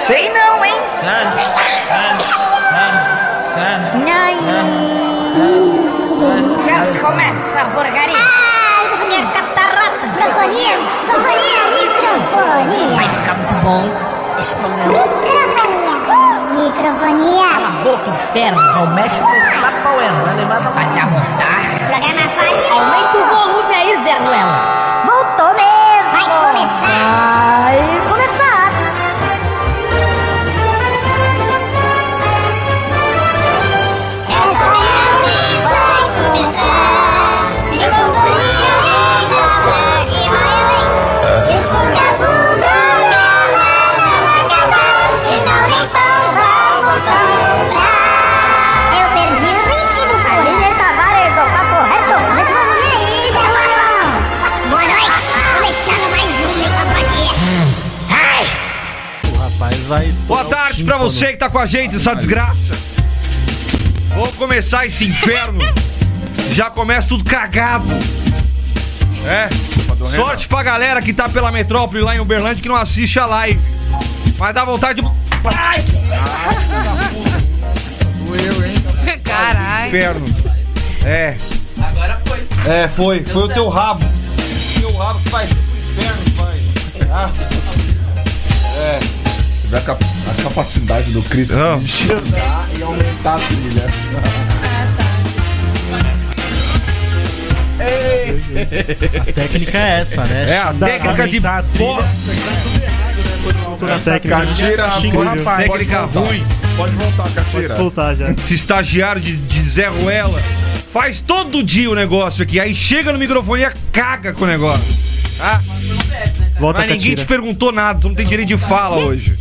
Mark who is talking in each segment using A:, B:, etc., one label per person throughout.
A: Sei não, hein?
B: San, san, san, san.
A: Ai,
B: San,
A: já se começa essa porcaria.
C: Ah, minha catarata. Microfonia, microfonia, microfonia.
A: Vai ficar muito bom esse programa.
C: Microfonia. Microfonia.
A: Boca interna.
B: Não mexe com esse tapaué, não vai levar na
A: Vai te amontar.
C: Programa fácil.
A: Aumenta o volume aí, Zé Ruela.
C: Voltou mesmo. Vai começar.
A: Vai começar.
C: Essa viagem vai começar. Microfonia, microfonia, que vai além. Escuta o programa, não acabar, senão nem pão vai comprar. Eu perdi o ritmo. A Lilian Tavares, o papo reto. tá Mas vamos ver, Zé Ruelão. Boa noite. Começando mais um Microfonia. Ai!
D: Boa tarde pra você que tá com a gente, essa desgraça. Vou começar esse inferno. Já começa tudo cagado. É. Sorte pra galera que tá pela metrópole lá em Uberlândia que não assiste a live. Mas dá vontade de. Ai,
E: Caralho.
D: inferno. É. Agora foi. É, foi. foi o teu rabo. O teu rabo que vai pro inferno, pai. Ah. É.
F: Tiver cap- a capacidade do Chris
D: Não.
F: de enxergar e aumentar a trilha.
G: técnica é essa, né?
D: É a técnica de
G: aumentar a trilha.
D: porra.
G: Toda a técnica.
F: Catira,
G: tá Xinga o
F: pode-
G: rapaz.
F: pode-
D: Técnica
F: voltar.
D: ruim.
F: Pode voltar,
G: Pode
F: Catira.
G: soltar já.
D: esse estagiário de, de Zé Ruela faz todo dia o negócio aqui. Aí chega no microfone e caga com o negócio. Tá?
G: Volta
D: Mas
G: com a
D: ninguém te
G: tira.
D: perguntou nada, tu não tem direito de fala hoje.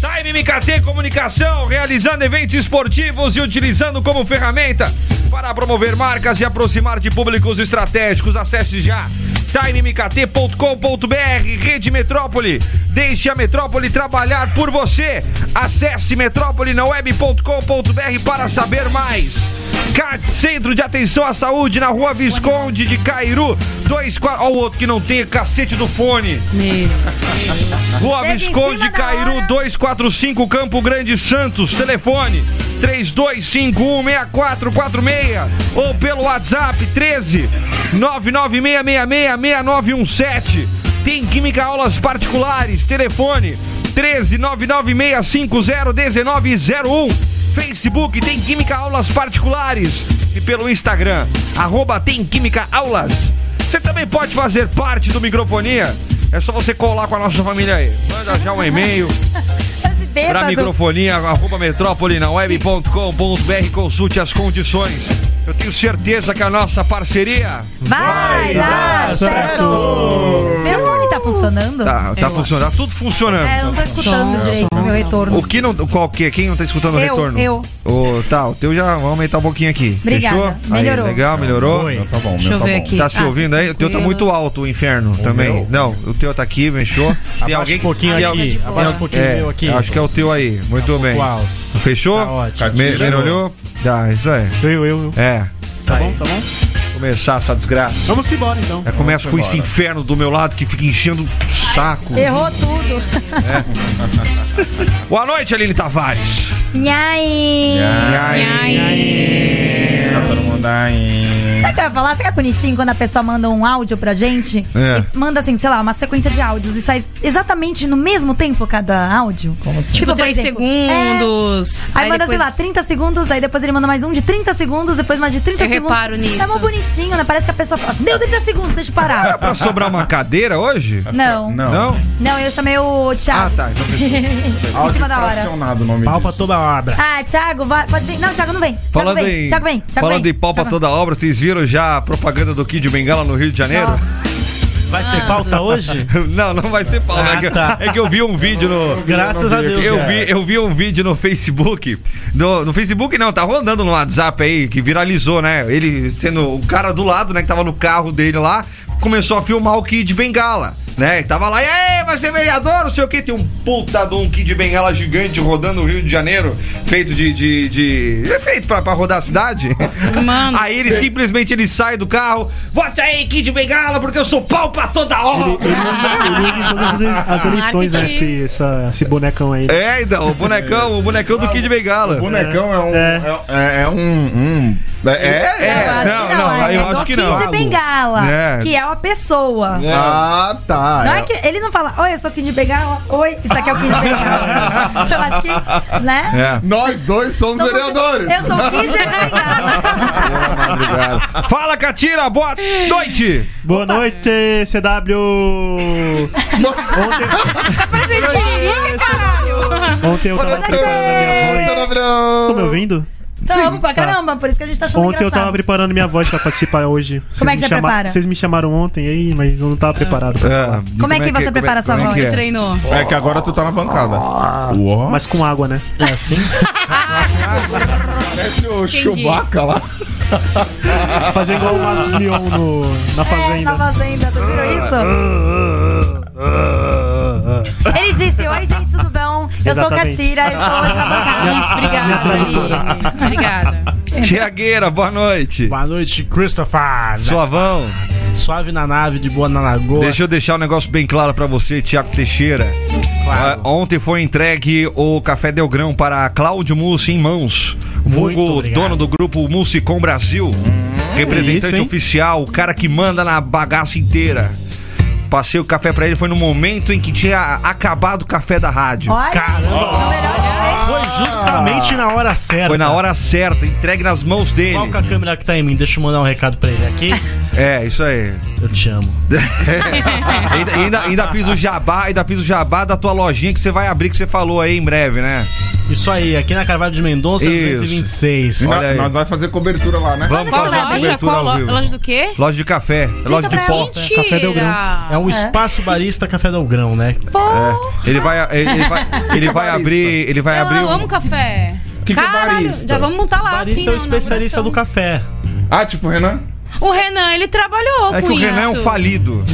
D: Time MKT Comunicação, realizando eventos esportivos e utilizando como ferramenta para promover marcas e aproximar de públicos estratégicos. Acesse já timemkt.com.br, Rede Metrópole. Deixe a Metrópole trabalhar por você. Acesse metrópolenaweb.com.br para saber mais. CAT, Centro de Atenção à Saúde, na rua Visconde de Cairu, 24. Olha o outro que não tem, é cacete do fone. Rua
E: Teve em
D: Visconde
E: cima
D: de
E: da
D: Cairu,
E: hora.
D: 245, Campo Grande, Santos. Telefone 32516446 ou pelo WhatsApp 13 996666917. Tem Química Aulas Particulares. Telefone 13 996501901. Facebook tem Química Aulas Particulares. E pelo Instagram, arroba tem Química Aulas. Você também pode fazer parte do Microfonia. É só você colar com a nossa família aí. Manda já um e-mail pra microfonia, arroba metrópole na web.com.br, consulte as condições. Eu tenho certeza que a nossa parceria
E: Vai dar certo! Meu fone tá funcionando?
D: tá, tá funcionando, tá tudo funcionando.
E: É, eu não tô escutando direito meu retorno.
D: O que não. Qual que? Quem não tá escutando o
E: Eu,
D: retorno?
E: eu.
D: O, tá, o teu já. Vamos aumentar um pouquinho aqui.
E: Obrigada.
D: Fechou?
E: Melhorou.
D: Aí, legal, melhorou.
G: Foi.
F: Tá bom,
E: Deixa
F: meu,
E: eu
F: tá
E: ver
F: bom.
E: aqui.
D: Tá se
E: Ah,
D: ouvindo aí? O teu tá
E: tranquilo.
D: muito alto, o inferno também.
F: meu?
D: Não, o teu tá aqui, mexeu. Tem
G: Abaixa
D: alguém
G: um pouquinho
D: tem
G: aqui.
D: alguém-
G: Abaixa um pouquinho
D: É,
G: meu aqui. Tá um
D: acho que é o teu aí. Muito bem.
G: Pouco alto.
D: Fechou?
G: Tá ótimo.
D: Me- Melhorou? Tá, isso aí.
G: Eu, eu, eu.
D: É.
G: Tá bom, tá bom?
D: Começar essa desgraça.
G: Vamos embora então.
D: Já começa com esse inferno do meu lado que fica enchendo o saco.
E: Errou tudo.
D: Boa noite, Aline Tavares.
E: Nhai.
F: Tá todo mundo aí.
E: Sabe o que eu ia falar? Sabe que é bonitinho quando a pessoa manda um áudio pra gente?
D: É.
E: E manda assim, sei lá, uma sequência de áudios e sai exatamente no mesmo tempo cada áudio? Como assim?
H: Tipo, 3
E: É,
H: segundos.
E: Aí, manda,
H: depois
E: sei lá, 30 segundos, aí depois ele manda mais um de 30 segundos, depois mais de 30
H: Eu
E: segundos.
H: reparo nisso.
E: É mó bonitinho, né? Parece que a pessoa fala assim, deu 30 segundos, deixa eu parar.
D: Pra sobrar uma cadeira hoje?
E: Não. não.
F: Não.
E: eu chamei o
D: Ah,
E: Thiago.
D: tá. Então fechou.
E: Em cima da hora.
F: Fracionado o nome
G: Palpa
F: disso.
G: toda a obra.
E: Ah, Thiago, vai, pode vir. Não, Thiago não vem. Thiago
D: Falando
E: vem.
D: em,
E: Thiago vem. Thiago
D: falando
E: vem.
D: em pau pra
E: Thiago
D: toda obra, vocês viram já a propaganda do Kid Bengala no Rio de Janeiro?
G: Vai ser pauta hoje?
D: Não, não vai ser pau. né?
G: Ah,
D: é, que,
G: tá.
D: é que eu vi um vídeo no.
G: Graças a Deus.
D: Eu
G: cara.
D: vi, eu vi um vídeo no Facebook. No, no Facebook não, tá rodando no WhatsApp aí, que viralizou, né? Ele sendo o cara do lado, né, que tava no carro dele lá, começou a filmar o Kid Bengala. Né? E tava lá, e aí, vai ser vereador, não sei o que. Tem um puta de um Kid de Bengala gigante rodando o Rio de Janeiro, feito de. de, de- é feito pra, pra rodar a cidade.
H: Mano.
D: Aí ele simplesmente ele sai do carro, bota aí, Kid de Bengala, porque eu sou pau pra toda hora.
I: Ele usa, ele usa em todas as- as eleições, né?
H: Marketing.
I: Esse, essa- esse bonecão aí.
D: É, então, o bonecão, o bonecão do Kid de Bengala.
F: O bonecão é um.
I: É.
F: É, é um. um- é, é.
D: É,
E: Eu acho
D: não,
E: que
D: não,
E: é
D: eu
E: igual
D: acho que não.
E: Kid de Bengala,
D: É.
E: que é uma pessoa.
F: Ah, tá.
E: Não
F: É-
E: é que ele não fala, oi, eu sou o Kid de Bengala, oi, isso aqui é o Kid de Bengala. Eu acho que, né?
D: É.
F: Nós dois somos
E: Então,
F: vereadores.
E: Eu sou o Kid de Bengala.
F: Obrigado.
D: Fala, Catira, boa noite.
I: Boa noite, CW!
E: Tá
I: Ontem eu tava preparando a minha voz. Estão me ouvindo?
E: Tamo pra caramba, por isso que a gente tá achando
I: Ontem eu
E: engraçado.
I: tava preparando minha voz pra participar hoje. Vocês
E: Como é que
I: me
E: você prepara?
I: Vocês me chamaram ontem aí, mas eu não tava preparado.
E: Como é que você prepara a sua
D: como é
E: voz?
D: que é?
H: Treinou.
F: É que agora tu tá na bancada.
I: Mas com água, né?
F: Parece o
H: Entendi.
F: Chewbacca lá.
I: Fazer igual o Marcos Mion no, na
E: É, na
I: fazenda.
E: fazenda, vocês viram
D: Ah.
E: isso? Ele disse, oi gente, tudo bom? Eu sou o
I: Exatamente.
E: Catira, eu estou hoje na bancada.
H: Isso, obrigada, Aline. Obrigada.
D: Tiagueira, boa noite.
G: Boa noite, Christopher.
D: Suavão,
G: Suave na nave, de boa na lagoa.
D: deixa eu deixar um negócio bem claro pra você, Tiago Teixeira.
G: Claro.
D: Ah, ontem foi entregue o Café Delgrão para Cláudio Mussi em mãos,
G: Muito
D: vulgo
G: obrigado. Hum,
D: dono do grupo Musicom Brasil, representante
I: isso, hein?
D: oficial, o cara que manda na bagaça inteira. Passei o café pra ele, foi no momento em que tinha acabado o café da rádio.
E: Olha,
G: Caramba.
E: é
F: Ah.
E: melhor
G: Foi justamente na hora certa.
D: Foi na hora certa, entregue nas mãos dele.
G: Qual que é a câmera que tá em mim? Deixa eu mandar um recado pra ele aqui.
D: É, isso aí.
G: Eu te amo.
D: Ainda, ainda, ainda fiz o jabá, ainda fiz o jabá da tua lojinha que você vai abrir, que você falou aí em breve, né?
G: Isso aí, aqui na Carvalho de Mendonça,
D: Isso.
G: 226.
D: Olha
F: Nós-
D: aí.
F: Nós vamos fazer cobertura lá, né?
D: Vamos
H: Qual
D: fazer uma
H: loja?
D: cobertura
H: Qual
D: ao
H: loja?
D: vivo.
H: Loja do quê?
D: Loja de café, loja de
E: pra
D: pó.
I: Café Del
H: Mentira.
I: Grão.
G: É um espaço barista Café Dalgrão, né?
D: É. Ele vai, ele ele vai, ele vai abrir, ele vai
H: Eu
D: abrir. um-
H: amo café.
F: que é
H: Caralho,
F: barista?
H: já vamos montar
E: Ah,
H: lá.
G: barista
H: assim,
G: é o
H: na
G: especialista do
H: inauguração.
G: café.
F: Ah, tipo, Renan?
H: O Renan, ele trabalhou
D: É
H: com
D: que o
H: isso.
D: Renan é um falido.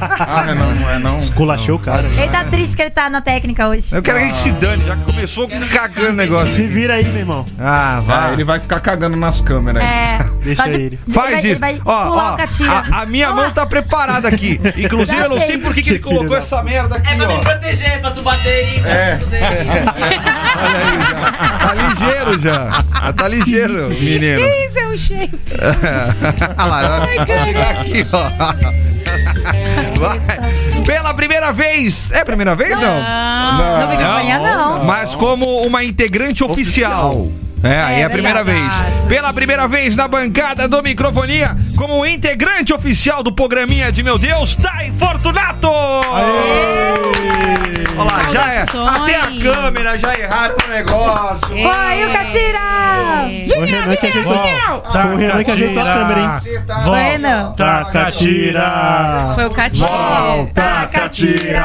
F: Ah, Renan, não é não.
I: Colachou o cara.
E: Ele tá triste que ele tá na técnica hoje.
D: Eu quero que ele se dane, já que começou cagando o
I: Se
D: negócio.
I: vira aí, meu irmão.
D: Ah,
F: Ah,
D: vai.
F: ele vai ficar cagando nas câmeras. aí.
E: É,
I: Deixa
E: só de-
I: ele.
D: Faz
E: vai-
D: isso.
E: Vai
D: Ó,
E: pular
D: ó,
E: o catira.
D: a, a minha mão tá preparada aqui. Inclusive, eu não sei por que, que ele colocou essa merda
A: É
D: aqui, ó.
B: proteger, pra tu bater aí.
D: É. Tá ligeiro já. Ah, Tá ligeiro, menino.
H: Isso é um shape.
D: Olha Ah lá, aqui, ó. Vai. Pela primeira vez. É a primeira vez, não?
H: Não,
E: Não me acompanha, não.
D: Mas como uma integrante oficial. É, aí é, a primeira
H: exato.
D: vez. Pela primeira vez na bancada do Microfonia, como um integrante oficial do programinha de Meu Deus, Thay Fortunato! Olha lá, já é.
H: Saudações.
D: Até a câmera já é.
F: Tá
D: erraram o negócio.
E: Vai, o
D: É.
E: Catira!
I: Foi o Renan que ajeitou, foi o Renan que ajeitou a câmera, hein?
G: Volta,
E: Vai, Renan.
G: Taca, tira.
H: Foi o Catira.
F: Taca, tira!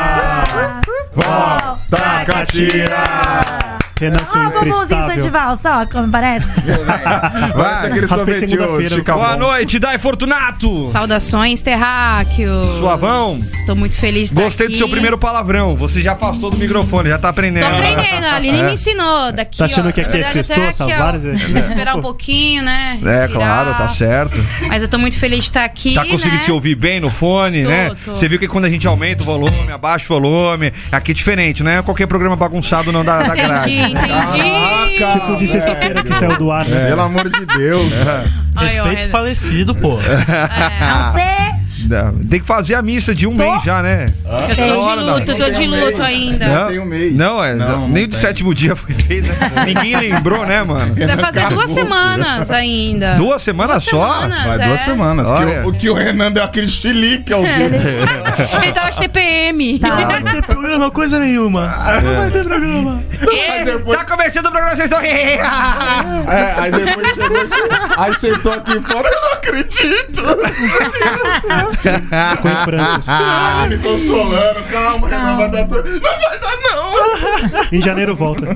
F: Volta, Tá catira!
I: Renan, seu
E: Ó, o bumbumzinho
I: imprestável.
E: Sandival, só, como parece.
F: Vai ser aquele
I: Raspei
F: sorvetinho,
I: segunda-feira.
F: Chicago.
D: Boa noite, Thay Fortunato!
H: Saudações, terráqueos.
D: Suavão.
H: Tô muito feliz de estar
D: Gostei do
H: aqui.
D: seu primeiro palavrão. Você já afastou do microfone, já tá aprendendo.
H: Tô aprendendo, a Aline me ensinou. Daqui,
I: Tá achando
H: ó,
I: que aqui é
H: na verdade,
I: sextou,
H: até aqui, ó.
I: Savares, é?
H: Tem que esperar um pouquinho, né?
D: É,
H: Respirar.
D: claro, tá certo.
H: Mas eu tô muito feliz de estar aqui,
D: Tá conseguindo
H: né?
D: se ouvir bem no fone,
H: Tô,
D: né?
H: tô.
D: Você viu que quando a gente aumenta o volume, abaixa o volume, aqui é diferente, não é qualquer programa bagunçado não da, da grade.
H: Entendi, entendi.
I: Tipo de sexta-feira que saiu do ar,
F: É.
I: né?
F: Pelo amor de Deus.
H: Ai, ó,
G: Respeito
H: Renan.
G: falecido, pô.
E: Você
D: Dá- Tem que fazer a missa de um mês já, né?
H: Eu
D: Tá na
H: tô
D: hora,
H: de
D: não.
H: luto, eu tô de luto ainda.
D: Não,
F: tem um mês.
D: Não, é,
F: Não,
D: nem
F: não
D: do
F: tem.
D: sétimo dia foi feito, né? Ninguém lembrou, né, mano?
H: Vai fazer duas semanas ainda.
D: Duas semanas só?
H: semanas.
F: Vai
H: é.
F: duas semanas. Que
D: Olha.
F: o, o que o Renan deu aquele chilique ao
H: É.
F: vivo.
H: Ele tá tava de TPM.
G: Não
I: Tá.
G: vai ter programa coisa nenhuma. Não vai ter programa.
F: Aí depois,
D: Tá começando o programa, vocês estão.
F: é, aí depois chegou. Aí sentou aqui fora, eu não acredito.
I: Ficou em prantos.
F: Ah, me consolando. Calma, Renan, vai dar tudo. Não vai dar, não.
G: Em janeiro volta.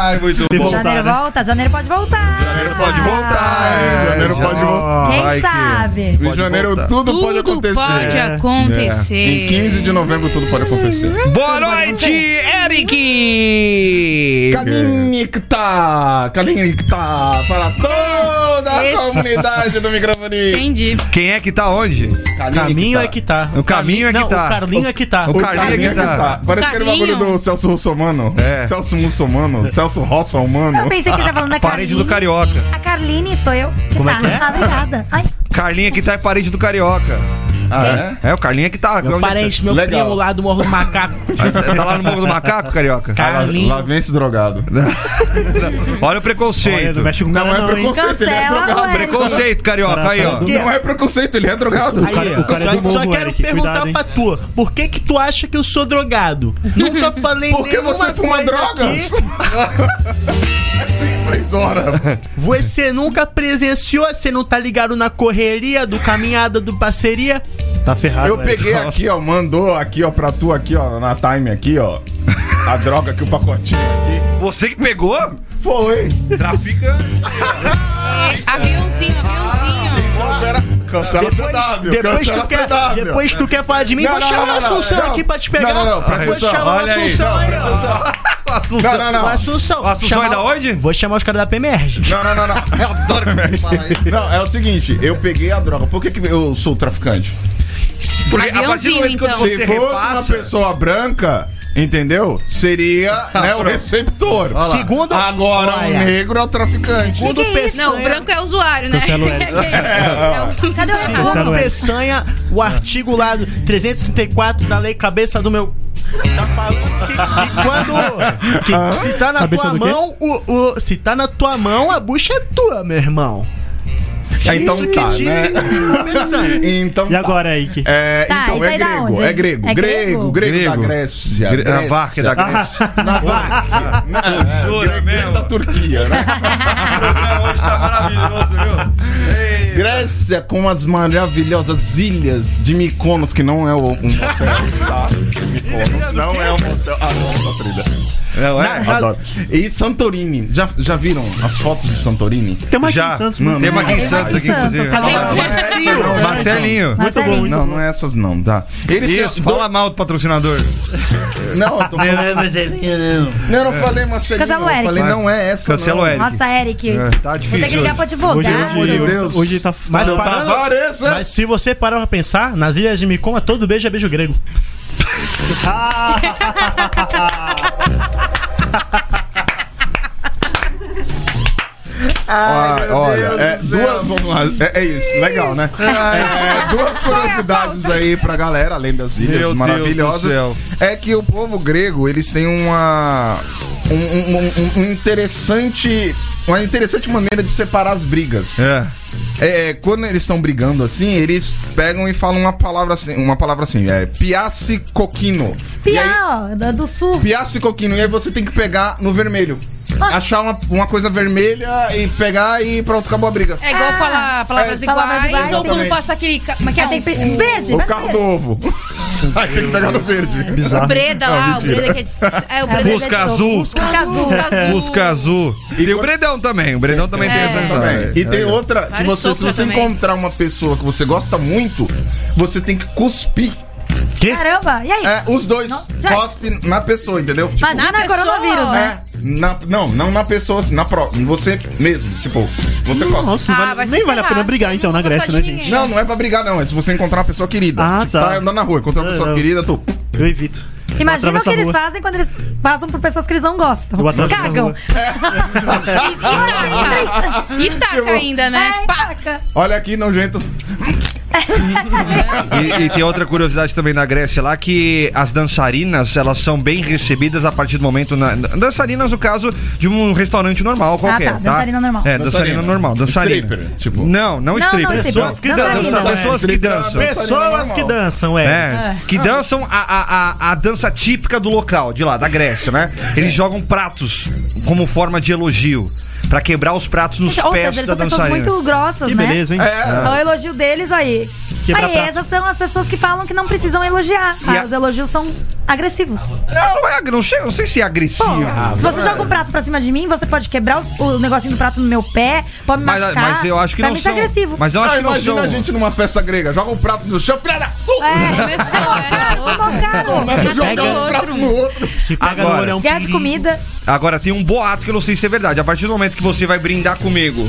D: Ai, muito
G: Se
D: bom.
G: voltar,
E: janeiro
G: né?
E: volta, janeiro pode voltar.
F: Janeiro pode voltar, hein? Janeiro pode voltar.
E: Quem
D: É, Vai que-
E: sabe?
F: Em
D: Pode
F: janeiro
D: voltar.
F: tudo,
H: Tudo
F: pode acontecer.
H: pode
F: É.
H: acontecer.
F: Em 15 de novembro tudo pode acontecer.
D: Boa noite, Eric! Ah,
F: Kalinikta! Kalinikta! tá Para toda a
H: Esse-
F: comunidade do microfone!
H: Entendi.
D: Quem é que tá onde?
G: Caminho é que tá.
D: O caminho é que
G: Não,
D: tá.
G: O Carlinho é que tá.
D: O Carlinho é que tá.
F: Parece aquele bagulho
H: Carlinho.
F: do Celso Russomano.
D: É.
F: Celso Mussomano. Celso Rossomano.
E: Eu pensei que ele tá falando da
D: Parede
E: Carlinhos.
D: do Carioca.
E: A Carline sou eu. Que
G: Como é
E: tá.
G: que é?
E: Ah, obrigada. Ai,
D: Carlinha que tá é parede do Carioca.
F: Ah,
D: É, o Carlinha que tá.
G: Meu
D: onde é que
G: parente, meu
F: Legal.
G: primo lá do Morro do Macaco.
D: Tá Tá lá no Morro do Macaco, Carioca?
F: é? Lá,
G: Carlinho.
F: lá vem esse drogado.
D: Olha o
G: Olha,
D: preconceito.
G: não mexe com o
F: Não,
G: cara
F: é
G: não, hein?
F: preconceito, ele é
E: Cancela,
F: drogado.
E: ué.
D: Preconceito, Carioca, aí,
G: Tá,
D: ó.
F: Não é preconceito, ele é drogado.
G: O cara- o cara é do
I: Só, só
G: morro,
I: quero
G: Eric,
I: perguntar
G: cuidado, hein?
I: pra tu, por que que tu acha que eu sou drogado? Nunca falei
F: Por que
I: nenhuma
F: você fuma
I: coisa
F: drogas?
I: aqui.
F: É simples, ora.
I: Você nunca presenciou, você não tá ligado na correria do caminhada do parceria?
G: Tá
I: Ah,
G: ferrado.
F: Eu
G: velho.
F: peguei aqui, ó, mandou aqui, ó, pra tu aqui, ó, na time aqui, ó. A droga aqui, o pacotinho
G: tá.
F: aqui.
D: Você que pegou?
F: Foi.
D: Trafica.
H: Aviãozinho, aviãozinho.
F: Era... Cancela CW,
I: depois,
F: cancela
I: tu quer,
F: CW.
I: depois tu quer falar de mim,
F: Não,
I: vou
F: não,
I: chamar
F: não,
I: a
F: não,
I: Assunção
F: não.
I: aqui pra te
F: Não,
I: pegar.
F: não, não, presta
I: vou
F: atenção,
I: chamar
D: olha
I: a
D: aí.
I: Assunção
F: Não,
I: aí,
F: presta
I: ó.
F: atenção.
D: Assunção.
F: Não, não,
I: O
F: não.
I: Assunção.
D: O Assunção é da onde?
I: Vou chamar os caras da PMERG.
F: Não, não, não, não. Eu adoro que mexe. Não, é o seguinte, eu peguei a droga. Por que, que eu sou traficante?
D: Porque a partir do
H: Aviãozinho,
D: momento que
H: então.
D: você
F: Se fosse uma
D: repassa...
F: pessoa branca, entendeu? Seria né, o receptor.
I: Segundo-
F: Agora
I: Olha.
F: o negro é o traficante.
I: Segundo
E: Que que é isso?
I: Peçanha,
H: Não, o branco é um usuário, né?
G: Cancela o
E: Cadê
G: Eric.
E: o
G: Sim,
E: recado?
G: Cancela
I: Segundo
G: o Eric.
I: Peçanha, o artigo lá do 334 da lei cabeça do meu. Tá falando que, que quando. Que, se tá na
G: Ah. Cabeça
I: tua
G: do quê?
I: mão, o, o- se tá na tua mão, a bucha é tua, meu irmão.
F: Ah, então
I: Isso
F: tá,
I: que disse
F: né?
I: o Peçanha.
F: Então
G: E
F: tá.
G: agora, Eric?
F: É,
E: Tá,
F: então,
E: isso
F: é
E: aí da
F: grego,
E: onde?
F: é grego,
E: É
F: grego, grego,
E: grego?
F: da
D: Grego.
F: Grécia.
D: Gre-
F: Grécia. Ah.
D: Na Varca da Grécia.
F: Na Varca. Na-
D: Jura
F: grego
D: mesmo?
F: da Turquia, né?
D: O programa hoje tá maravilhoso, viu? Ei.
F: Grécia com as maravilhosas ilhas de Mykonos, que não é o- um motel, tá? Mykonos não é um motel. Ah, não, tá trilha.
D: Não, é?
F: Adoro. E Santorini, já, já viram as fotos de Santorini?
G: Tem uma aqui
D: Já.
G: em Santos,
F: Não, é.
G: não
D: Tem uma aqui em
E: Tem
D: Santos,
E: uma
D: aqui,
E: aqui em Santos,
D: inclusive.
E: tá bom.
F: Não,
D: Marcelinho.
G: Muito bom, muito
F: Não,
G: bom.
F: não é essas não, tá? Eles têm
D: Isso,
F: do-
D: fala mal do patrocinador.
F: Não, eu tô falando- Não, eu não falei Marcelinho,
E: Cancela o
F: eu
E: Eric.
F: falei
D: Vai.
F: não é essa
D: Cancela
F: não.
D: o Eric.
E: Nossa, Eric.
D: É, tá
E: Vou ter que
D: difícil.
E: ligar pra
G: Hoje,
E: advogar.
F: amor de
G: hoje,
F: Deus.
G: hoje, hoje tá.
I: Mas
G: tá-
I: parando-
F: Tavares, né?
I: Mas se você parar pra pensar, nas ilhas de Micom, é todo beijo é beijo grego.
F: Ah, olha,
D: Deus
F: é,
D: do céu.
F: duas, vamos lá, é, é isso, legal, né? É, duas curiosidades aí pra galera, além das ilhas
D: Meu Deus
F: maravilhosas,
D: do céu.
F: é que o povo grego, eles têm uma um, um- um- um interessante uma interessante maneira de separar as brigas.
D: É.
F: É, quando eles estão brigando assim, eles pegam e falam uma palavra assim, uma palavra assim, é piace coquino. E aí-
E: Piá, ó, do- do sul.
F: Piaço e coquinho. E aí você tem que pegar no vermelho. Achar uma, uma coisa vermelha e pegar e pronto, acabou a briga.
H: É igual falar palavras
E: É, palavras
H: iguais,
E: iguais,
H: ou quando
F: exatamente.
H: passa aquele. ca- Como é que é?
E: Tem que
H: Um-
E: pe- Verde,
F: O
E: mas
F: carro
E: verde.
F: do ovo. Aí tem que pegar no verde.
H: O
G: é Bizarro.
H: Breda lá, o Breda que é. É o Breda
D: Fusca azul.
E: Fusca azul.
H: Fusca azul.
D: Busca azul. E tem o Bredão também. O Bredão também tem
H: É.
D: essa
F: Também.
D: história.
F: E tem outra, que
H: Vários
F: você, se
H: sopra
F: você
H: também.
F: encontrar uma pessoa que você gosta muito, você tem que cuspir.
E: Caramba, e aí?
F: É, os dois
E: Não, já-
F: cospe na pessoa, entendeu? Tipo,
E: Mas não na
H: pessoa.
E: coronavírus, né?
F: é, na- não, não na pessoa, assim, na pró, em você mesmo. Tipo, você cospe.
G: Nossa, não
H: Ah,
G: vale-
H: vai se
G: nem vale a
H: ferrar.
G: pena brigar então na
H: Não
G: Grécia,
H: gosto
G: né,
H: de
G: gente?
H: ninguém.
F: Não, não é pra brigar, não. É se você encontrar uma pessoa querida.
G: Ah,
F: Tipo,
G: tá.
F: andando na rua, encontrar uma pessoa
G: Eu-
F: querida, tu.
G: Eu evito.
E: Imagina o
G: Atravessa
E: que
G: a
E: eles
G: rua.
E: fazem quando eles passam por pessoas que eles não gostam.
G: Eu atravesso a
E: Cagam.
G: rua.
H: Itaca. Itaca ainda, né?
E: Ai,
H: Pá.
E: caraca.
F: Olha aqui, nojento.
D: E, e tem outra curiosidade também na Grécia lá que as dançarinas elas são bem recebidas a partir do momento na, na- dançarinas no caso de um restaurante normal qualquer,
E: tá, dançarina normal.
D: É, dançarina,
F: Dançarina.
D: normal, dançarina.
F: Stripper, tipo.
D: Não, não
E: não
D: stripper.
E: stripper,
G: Pessoas que
E: dançarina.
D: Dança-
G: dançam. Não, é
D: pessoas que
F: stripper,
D: dançam.
F: dança-
G: Pessoas que dançam, é.
D: É, que dançam a, a, a, a dança típica do local, de lá, da Grécia, né? Eles jogam pratos como forma de elogio, pra quebrar os pratos nos
E: Ou
D: pés
E: seja, eles
D: da
E: são pessoas
D: dançarina.
E: muito grossas,
G: Que
E: né?
G: beleza, hein?
E: É o elogio deles aí.
G: Quebra
E: aí,
G: prato.
E: essas são as pessoas que falam que não precisam elogiar. tá?
D: E a-
E: Os elogios são agressivos.
D: Não, não, é, ag- não, chega, não sei se é agressivo.
E: Se você joga um prato pra cima de mim, você pode quebrar os- o, negocinho do prato no meu pé, pode me
D: mas,
E: machucar.
D: mas eu acho que
E: pra
D: não
E: mim tá
D: são.
E: agressivo.
D: Mas eu acho
F: Ah,
D: que não são.
F: imagina a gente numa festa grega. Joga um prato no chão, filha da puta! um
E: É,
H: Começou, é.
E: tocaram.
F: Começa a jogar
H: pega
F: um prato
H: outro.
F: no outro.
I: Se pega
D: Agora.
I: no olho é um
E: Guerra de
I: perigo.
E: comida.
D: Agora tem um boato que eu não sei se é verdade. A partir do momento que você vai brindar comigo,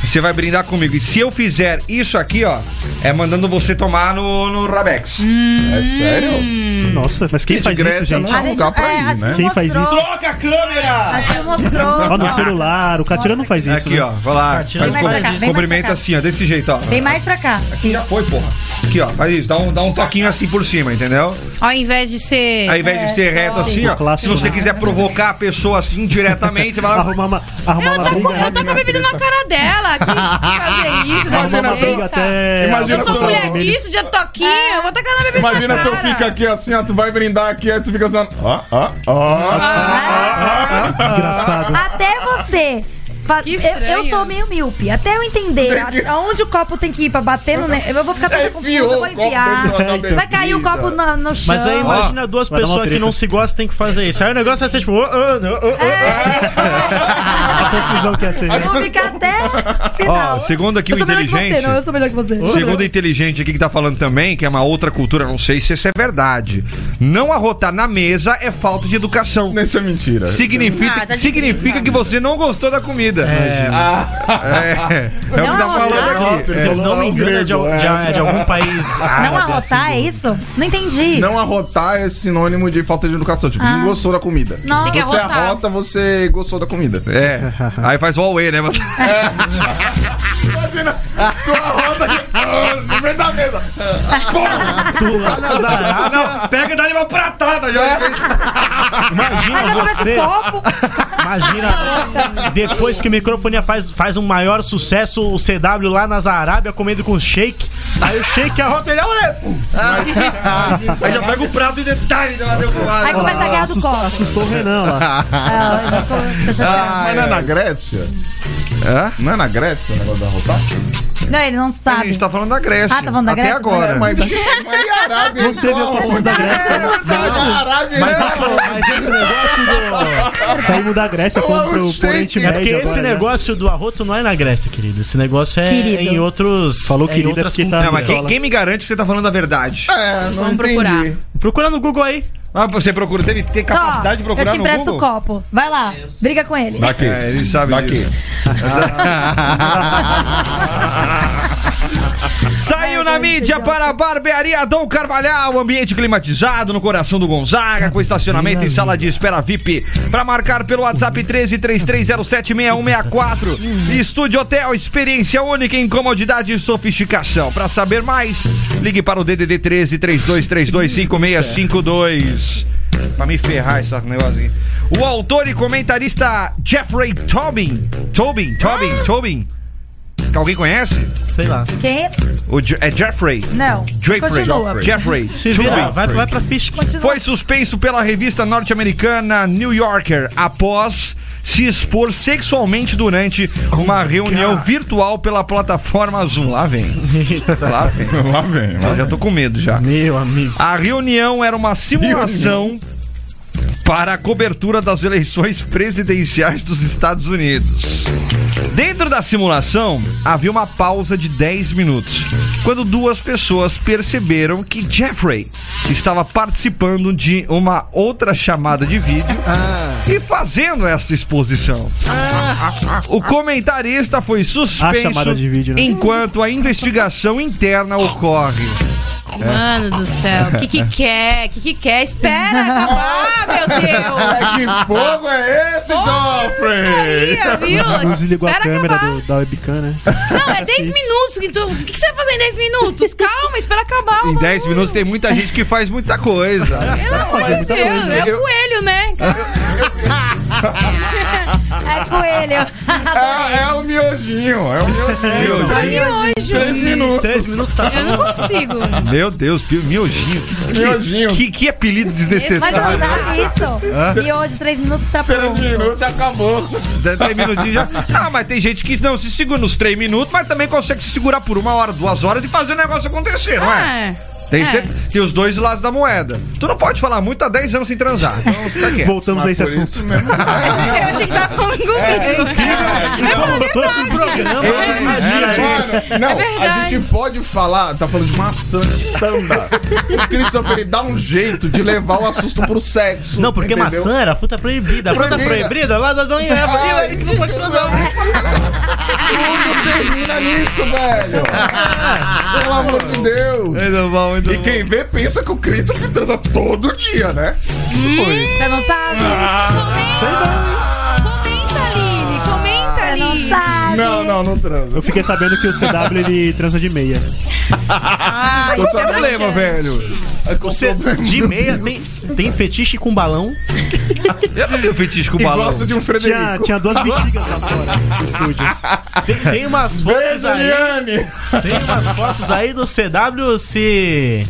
D: você vai brindar comigo. E se eu fizer isso aqui, ó, é mandando você tomar no, no Rabex.
E: Hum.
F: É sério?
G: Nossa, mas quem faz isso,
F: Grécia
G: gente?
F: não é um lugar pra ir, né?
G: Quem faz isso?
D: Troca a câmera!
E: Acho que ele mostrou.
G: Ó, no celular, o Catira não faz isso.
D: Aqui,
G: né?
D: ó, vai lá.
I: Partindo.
D: Faz
E: Vem
D: co-
E: mais pra cá, vem mais pra
D: cumprimenta
E: cá.
D: assim, ó, desse jeito, ó.
E: Vem mais pra cá.
D: Aqui já foi, porra. Aqui, ó, faz isso, dá um, dá um toquinho assim por cima, entendeu?
H: Ao invés de
E: É,
H: ser.
D: Ao invés de ser reto assim,
E: um
D: ó.
G: clássico,
D: se você
G: né?
D: quiser provocar a pessoa assim diretamente, você vai lá.
G: Arrumar uma, arrumar
H: Eu
G: uma
H: tô, com,
G: briga.
H: eu tô com a bebida na cara dela. Que fazer isso, dá
F: Imagina
G: Arrumar uma briga
H: licença.
G: até.
F: Imagina
H: Eu
F: a
H: sou
F: tua-
H: mulher disso, de toquinha. Eu vou tacar na bebida na
F: Imagina
H: cara.
F: tu fica aqui assim, ó, tu vai brindar aqui, aí tu fica assim, ó, ó, ó, ó.
G: Desgraçado.
E: Até você. fa-
H: Que
E: Eu, eu
H: estranho.
E: sou meio míope. Até eu entender a-
F: Tem que-
E: aonde o copo tem que ir pra bater no. ne- Eu vou ficar toda confusa,
F: Enfiou
E: eu vou
F: o copo
E: enfiar.
F: dentro da- da
E: Vai cair o
F: bebida.
E: copo no, no chão.
I: Mas aí imagina duas
G: Vai dar uma
I: pessoas que
G: treta.
I: não se gostam tem que fazer isso. Aí o negócio vai ser tipo. ô, ô, ô, ô,
H: É.
I: ô.
G: A confusão que é ser.
E: É, Eu vou ficar até final.
D: Ó, segundo aqui
E: eu
D: o
E: sou melhor que você,
D: é inteligente-
E: não, eu sou melhor que você. Eu sou melhor
D: Segundo o inteligente aqui que tá falando também, que é uma outra cultura, não sei se isso é verdade. Não arrotar na mesa é falta de educação.
F: Isso é mentira.
D: Significa,
H: Ah, tá de
D: significa que você não gostou da comida. É, é, é o que tá
E: Não
D: falando
E: arrotar.
D: aqui.
I: Se eu não me engano, é de, al- de- é de algum país.
E: Não
I: árabe,
E: arrotar,
I: assim.
E: é isso? Não entendi.
F: Não arrotar é sinônimo de falta de educação. Tipo, não gostou da comida. Tipo,
E: Não. Tem
H: que
F: Você
H: arrotar.
F: arrota, você gostou da comida.
D: É, aí faz o away, né? mano?
F: Tu arrota aqui, ah, no meio da mesa.
D: Ah, não, pega e dá-lhe uma pratada já.
F: É,
I: Imagina você. Imagina. Depois que o microfonia faz, faz um maior sucesso, o CW lá na Arábia comendo com shake. Aí o shake arrota ele. "Olé!"
D: Aí já pega o prato e detalhe né? da
E: Aí
D: madrugada.
E: começa a guerra do
G: Assustou,
E: copo.
G: assustou o Renan lá.
E: Ah, eu já tô- eu já tô-
F: Mas não é na Grécia?
D: Hã?
F: Não é na Grécia o negócio da arrotar?
E: Não, ele não
D: A
E: sabe.
D: gente tá falando da Grécia.
E: Ah, tá falando da
D: Até
E: Grécia?
D: agora.
F: É, mas, mas e a Arábia?
G: Você viu o assunto da Grécia, né?
F: Mas a Arábia né?
I: Mas,
F: não
I: isso- mas esse negócio do.
G: Saímos da Grécia, fomos pro, pro Oriente
I: É
G: Médio.
I: porque esse
G: agora, né?
I: negócio do arroto não é na Grécia, querido. Esse negócio é
E: Querido.
I: em outros.
G: Falou
I: é em
G: querido
I: outras
G: porque tá-
I: culturas.
D: Não, Ah, mas quem,
G: pistola.
D: quem me garante que você tá falando a verdade?
F: É, não
H: Vamos procurar.
F: entendi.
I: Procura no Google aí.
D: Ah, você procura, teve ter
E: Só,
D: capacidade de
E: eu
D: procurar
E: te
D: no
E: empresto
D: Google?
E: o copo. Vai lá, briga com ele.
F: Daqui.
D: É, ele sabe
F: Daqui.
D: disso. Saiu na mídia para a barbearia Dom Carvalhal, um ambiente climatizado no coração do Gonzaga, com estacionamento e sala de espera VIP. Para marcar pelo WhatsApp 1333076164. Estúdio Hotel, experiência única em comodidade e sofisticação. Para saber mais, ligue para o DDD 13 32325652. Pra me ferrar esse negócio aqui. O autor e comentarista Jeffrey Tobin. Tobin, Tobin, Tobin. Que alguém conhece?
I: Sei lá.
E: Quem?
D: O Je- é Jeffrey.
E: Não.
D: Jeffrey.
E: Então Continua.
D: Jeffrey.
I: Se vira, vai, vai pra Fish.
D: Foi suspenso pela revista norte-americana New Yorker após se expor sexualmente durante uma reunião virtual pela plataforma Zoom. Lá vem. Lá vem.
F: Lá vem, lá
D: Eu já tô com medo já.
I: Meu amigo.
D: A reunião era uma simulação para a cobertura das eleições presidenciais dos Estados Unidos. Dentro da simulação, havia uma pausa de 10 minutos, quando duas pessoas perceberam que Jeffrey estava participando de uma outra chamada de vídeo e fazendo essa exposição. O comentarista foi suspenso
G: chamada de vídeo, né?
D: enquanto a investigação interna ocorre.
H: Mano do céu. O que que quer? O que que quer? Espera acabar, meu Deus.
F: Que fogo é esse, Joffrey?
H: Maria, viu?
G: Não desligou a
H: Espera
G: câmera
H: acabar.
G: do- da webcam, né?
H: Não, é 10 minutos. que tu- O que, que você vai fazer em 10 minutos? Calma, espera acabar.
D: Em
H: o
D: 10
H: bagulho.
D: minutos tem muita gente que faz muita coisa.
H: Pelo amor de Deus, é
F: Eu-
H: o coelho, né?
E: É coelho.
F: É, é o miojinho, é o miojinho.
H: Olha tá hoje.
F: Três minutos.
I: Três minutos tá.
H: Eu não consigo.
D: Meu Deus, pio- miojinho. Que-
F: Miojinho.
D: Que, que apelido
E: Mas não
D: desnecessário.
E: dá isso. E hoje, três minutos, tá
F: Três
E: pronto.
F: minutos acabou.
D: Dá Três minutinhos já. Ah, mas tem gente que não se segura nos três minutos, mas também consegue se segurar por uma hora, duas horas e fazer o negócio acontecer, não é?
H: Ah,
D: Tem,
H: É.
D: que ter- tem os dois lados da moeda. Tu não pode falar muito há 10 anos sem transar. Então, você tá quieto.
G: Voltamos
F: Ah,
G: a esse assunto.
H: Ah, Eu achei que tava falando comigo.
G: Todo programa.
F: Esses dias, mano, Não, a
H: verdade.
F: gente pode falar, tá falando de maçã de tamba. O Christopher ele dá um jeito de levar o assunto pro sexo.
I: Não, porque
F: entendeu?
I: maçã era fruta proibida. A fruta
F: Proibida.
I: proibida lá da Dona Ireva.
F: Ai,
I: Ele que não pode um- transar.
F: Tudo termina nisso, velho. Pelo amor de Deus.
D: Muito bom, muito
F: E quem vê pensa que o Christopher transa todo dia, né?
E: Hum, Você não sabe?
H: Comenta, Aline. Comenta,
E: Você não
H: Aline.
E: sabe?
F: Ah, Não, não, não transa.
G: Eu fiquei sabendo que o CW ele transa de meia.
H: Ah,
F: Eu
H: isso é
F: só problema,
H: baixando.
F: velho.
I: Você de meia tem, tem fetiche com balão.
D: Eu não tenho fetiche com
F: E
D: balão.
F: gosta de um
G: Tinha,
F: Frederico.
G: tinha duas bexigas lá fora do estúdio.
I: Tem, tem umas fotos
F: Beijo,
I: aí.
F: Liane.
I: Tem umas fotos aí do CW se.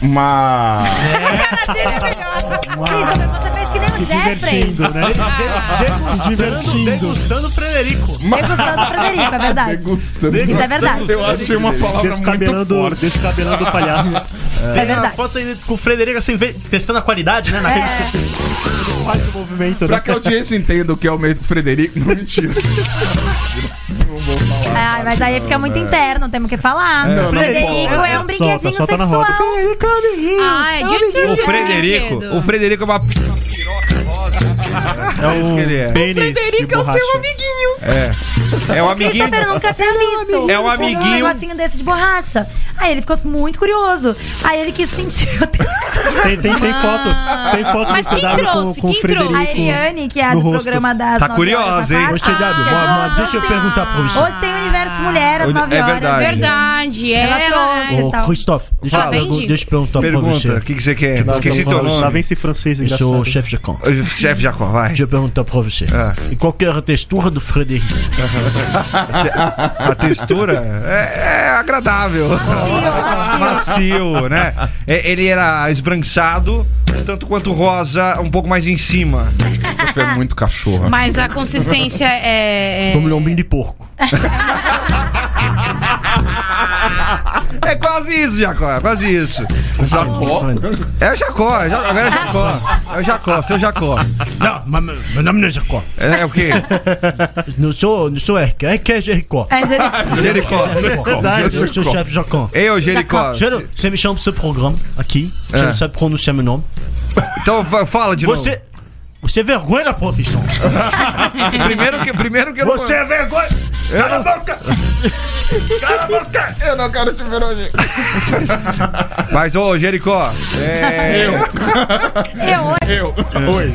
F: Mas...
E: é
A: Christopher, você fez que nem o Jeffrey.
G: Divertindo, né?
I: Degustando,
G: Divertindo.
I: degustando o Frederico.
E: Degustando o Frederico, é verdade.
F: Degustando.
E: Isso é verdade.
F: Eu achei uma palavra muito
G: Descabelando,
F: forte.
G: descabelando o palhaço.
E: É
I: Tem uma
E: verdade.
I: foto aí com o Frederico assim, ve- testando a qualidade, né? Na rede
E: É.
G: Faz o movimento,
F: Pra
G: né?
F: que a audiência entenda o que é o meio do Frederico, não mentira.
E: Ai, mas aí fica muito interno, temos que falar.
F: não, não
E: Frederico
F: pode.
E: é um brinquedinho
G: Solta, solta tá na
E: sexual.
G: roda.
I: um
H: Ah, é dia de
D: O
H: surpresa,
D: Frederico,
H: brinquedo.
D: o Frederico é uma piroca rosa. É isso que ele é.
G: um Pênis de borracha.
D: É.
H: tá
D: É um amiguinho.
E: Christopher nunca tinha visto.
D: É um
E: Um
D: amiguinho.
E: negocinho desse de borracha. Aí ele ficou muito curioso. Aí ele quis sentir a tensão.
G: Tem, tem, tem foto. Tem foto
H: Mas
G: do
H: quem
G: CW
H: trouxe?
G: com, com o
H: Quem
G: Frederico.
E: A
H: trouxe?
E: Eliane, que é a
G: No
E: do
G: rosto.
E: programa das
D: Tá
E: nô
D: curiosa, hein?
I: Ô, TW,
E: Ah,
I: boa, boa, deixa eu perguntar pra você.
E: Hoje tem o Universo Mulher às
D: Hoje-
E: 9
D: é
E: horas.
D: verdade.
H: Verdade,
E: é. Ela
H: ela.
E: trouxe.
I: Ô,
E: tal.
I: Christophe, deixa,
H: Fala.
I: eu,
H: Vende.
I: deixa eu perguntar pra você.
D: Pergunta, o que, que você quer?
I: Não,
D: Esqueci
I: não,
D: teu
I: não,
G: Lá
D: nome.
G: vem esse francês
I: Eu
G: engraçado.
I: sou o chefe de campo.
D: Ô, Chefe Jacó, vai.
I: Deixa eu perguntar pra você.
D: Ah.
I: E qual que era a textura do Frederico?
D: A textura é, é agradável.
E: assim,
D: Macio, né? É, Ele era esbranquiçado, tanto quanto rosa, um pouco mais em cima.
F: Você foi É muito cachorro.
H: Mas a consistência é. é-
G: um-
I: Como lombinho um de porco.
D: É quase isso, Jacó, é quase isso. Jacó? É o Jacó, é Ja- agora é Jacó. É o Jacó, seu Jacó.
I: Não, mas meu, meu nome não é Jacó.
D: É, o quê?
I: Não sou, não sou Erika. É que é Jericó.
E: É, gente,
D: Jericó.
I: Eu sou o chefe É Jacó.
D: Eu, Jericó.
I: Você não- você me chama pro seu programa aqui. Você
D: Ah, É.
I: não sabe pronunciar meu nome.
D: Então fa- fala de novo.
I: Você. Você é vergonha da profissão.
D: Primeiro que, primeiro que eu não-
I: Você é vergonha. Cala a boca! Cala a boca!
F: Eu não quero te ver hoje.
D: Mas, ô, Jericó. É...
E: eu hoje
F: Eu. Oi.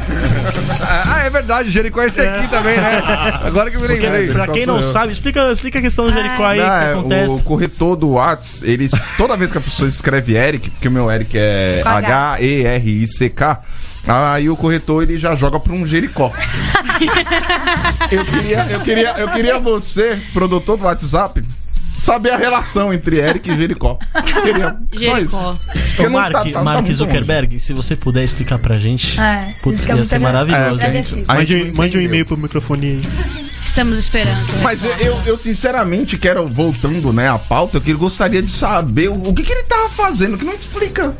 D: Ah, é verdade, o Jericó é esse aqui também, né? Agora que eu me lembrei.
I: Pra quem não sabe, explica, explica a questão do Jericó aí, o que
F: Ah, é,
I: acontece.
F: o corretor do Whats, eles toda vez que a pessoa escreve Eric, porque o meu Eric é
E: H.
F: H-E-R-I-C-K, aí o corretor ele já joga pra um Jericó. eu, queria, eu, queria, eu queria você, produtor do WhatsApp, saber a relação entre Eric e Jericó. Queria, só
H: Jericó.
F: isso. Porque
I: Ô,
F: não
I: Mark,
F: tá- tá- tá
I: Mark
F: muito
I: Zuckerberg, se você puder explicar pra gente,
E: É,
I: putz,
E: fica
I: ia
E: muito
I: ser
E: legal.
I: maravilhoso.
F: É,
I: hein?
E: difícil.
F: A
G: Mande,
F: gente
G: um-
F: não
G: mande um
F: entendeu.
G: e-mail pro microfone.
H: Estamos esperando.
F: Mas eu, eu, eu sinceramente quero, voltando né, à pauta, que eu gostaria de saber o, o que, que ele tava fazendo, que não explica.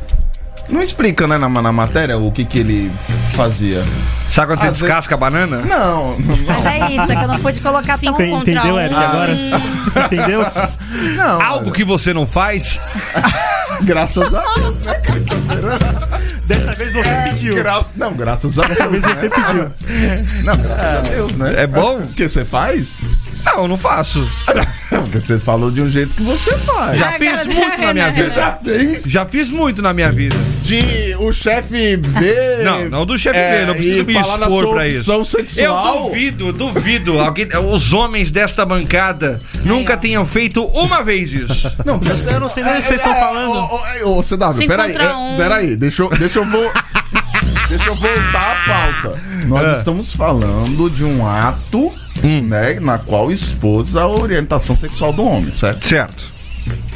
F: Não explica, né, na, na matéria, o que, que ele fazia.
D: Sabe quando você
F: Às
D: descasca a banana?
F: Não, não,
E: é isso, é que eu não pude colocar
H: Sim.
E: tão
G: Tem-
H: Encontrar
G: Entendeu, Eric,
H: um-
G: agora? Entendeu?
F: não.
D: Algo que você não faz?
F: Graças a Deus.
G: Dessa vez você pediu.
F: Gra- não, graças a Deus. né?
G: Dessa vez você pediu.
F: Não, graças a Deus, né?
D: É bom?
F: O que você faz?
D: Não, eu não faço.
F: Porque você falou de um jeito que você faz.
D: Já fiz muito na minha vida.
F: Já fez
D: Já fiz muito na minha vida.
F: de o chefe ver.
D: Não, não do chefe
F: é,
D: B, não preciso
F: e
D: me
F: falar da
D: expor
F: sua
D: pra isso.
F: opção
D: Eu
F: sexual.
D: duvido, duvido. Alguém, os homens desta bancada nunca tenham feito uma vez isso.
I: Não, eu, eu não sei nem o que vocês estão falando.
F: É, Ô, ô, ô, ô, CW,
H: Se
F: peraí.
H: encontrar
F: é,
H: um-
F: Peraí, deixa eu, deixa eu vo- Deixa eu voltar à pauta. Nós
G: É.
F: estamos falando de um ato,
G: Hum.
F: né, na qual expôs a orientação sexual do homem, certo?
D: Certo.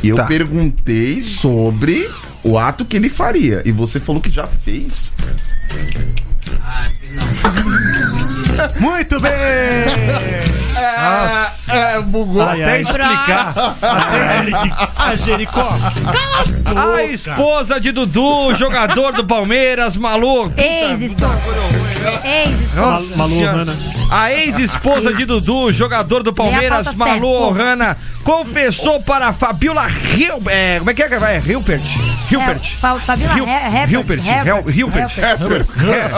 F: E eu
D: Tá.
F: perguntei sobre o ato que ele faria. E você falou que já fez.
G: Muito bem!
D: Nossa.
F: É, bugou.
G: Ai, ai.
D: explicar.
I: Ah, Jericó.
D: A esposa de Dudu, jogador do Palmeiras, Malu.
A: Ex-esposa. Ex-esposa.
D: Nossa
G: Malu
D: senhora.
G: Ohana.
D: A ex-esposa de Dudu, jogador do Palmeiras,
E: falta
D: Malu
E: certo.
D: Ohana, confessou para Fabiola Hil... é, Como é que é que vai? É Hilpert. Hilpert.
E: Fa- É, Fabiola
D: Hil-
E: He-
D: Hilpert.
E: Herbert, Herbert,
D: Hel- Hilpert.
E: Herbert.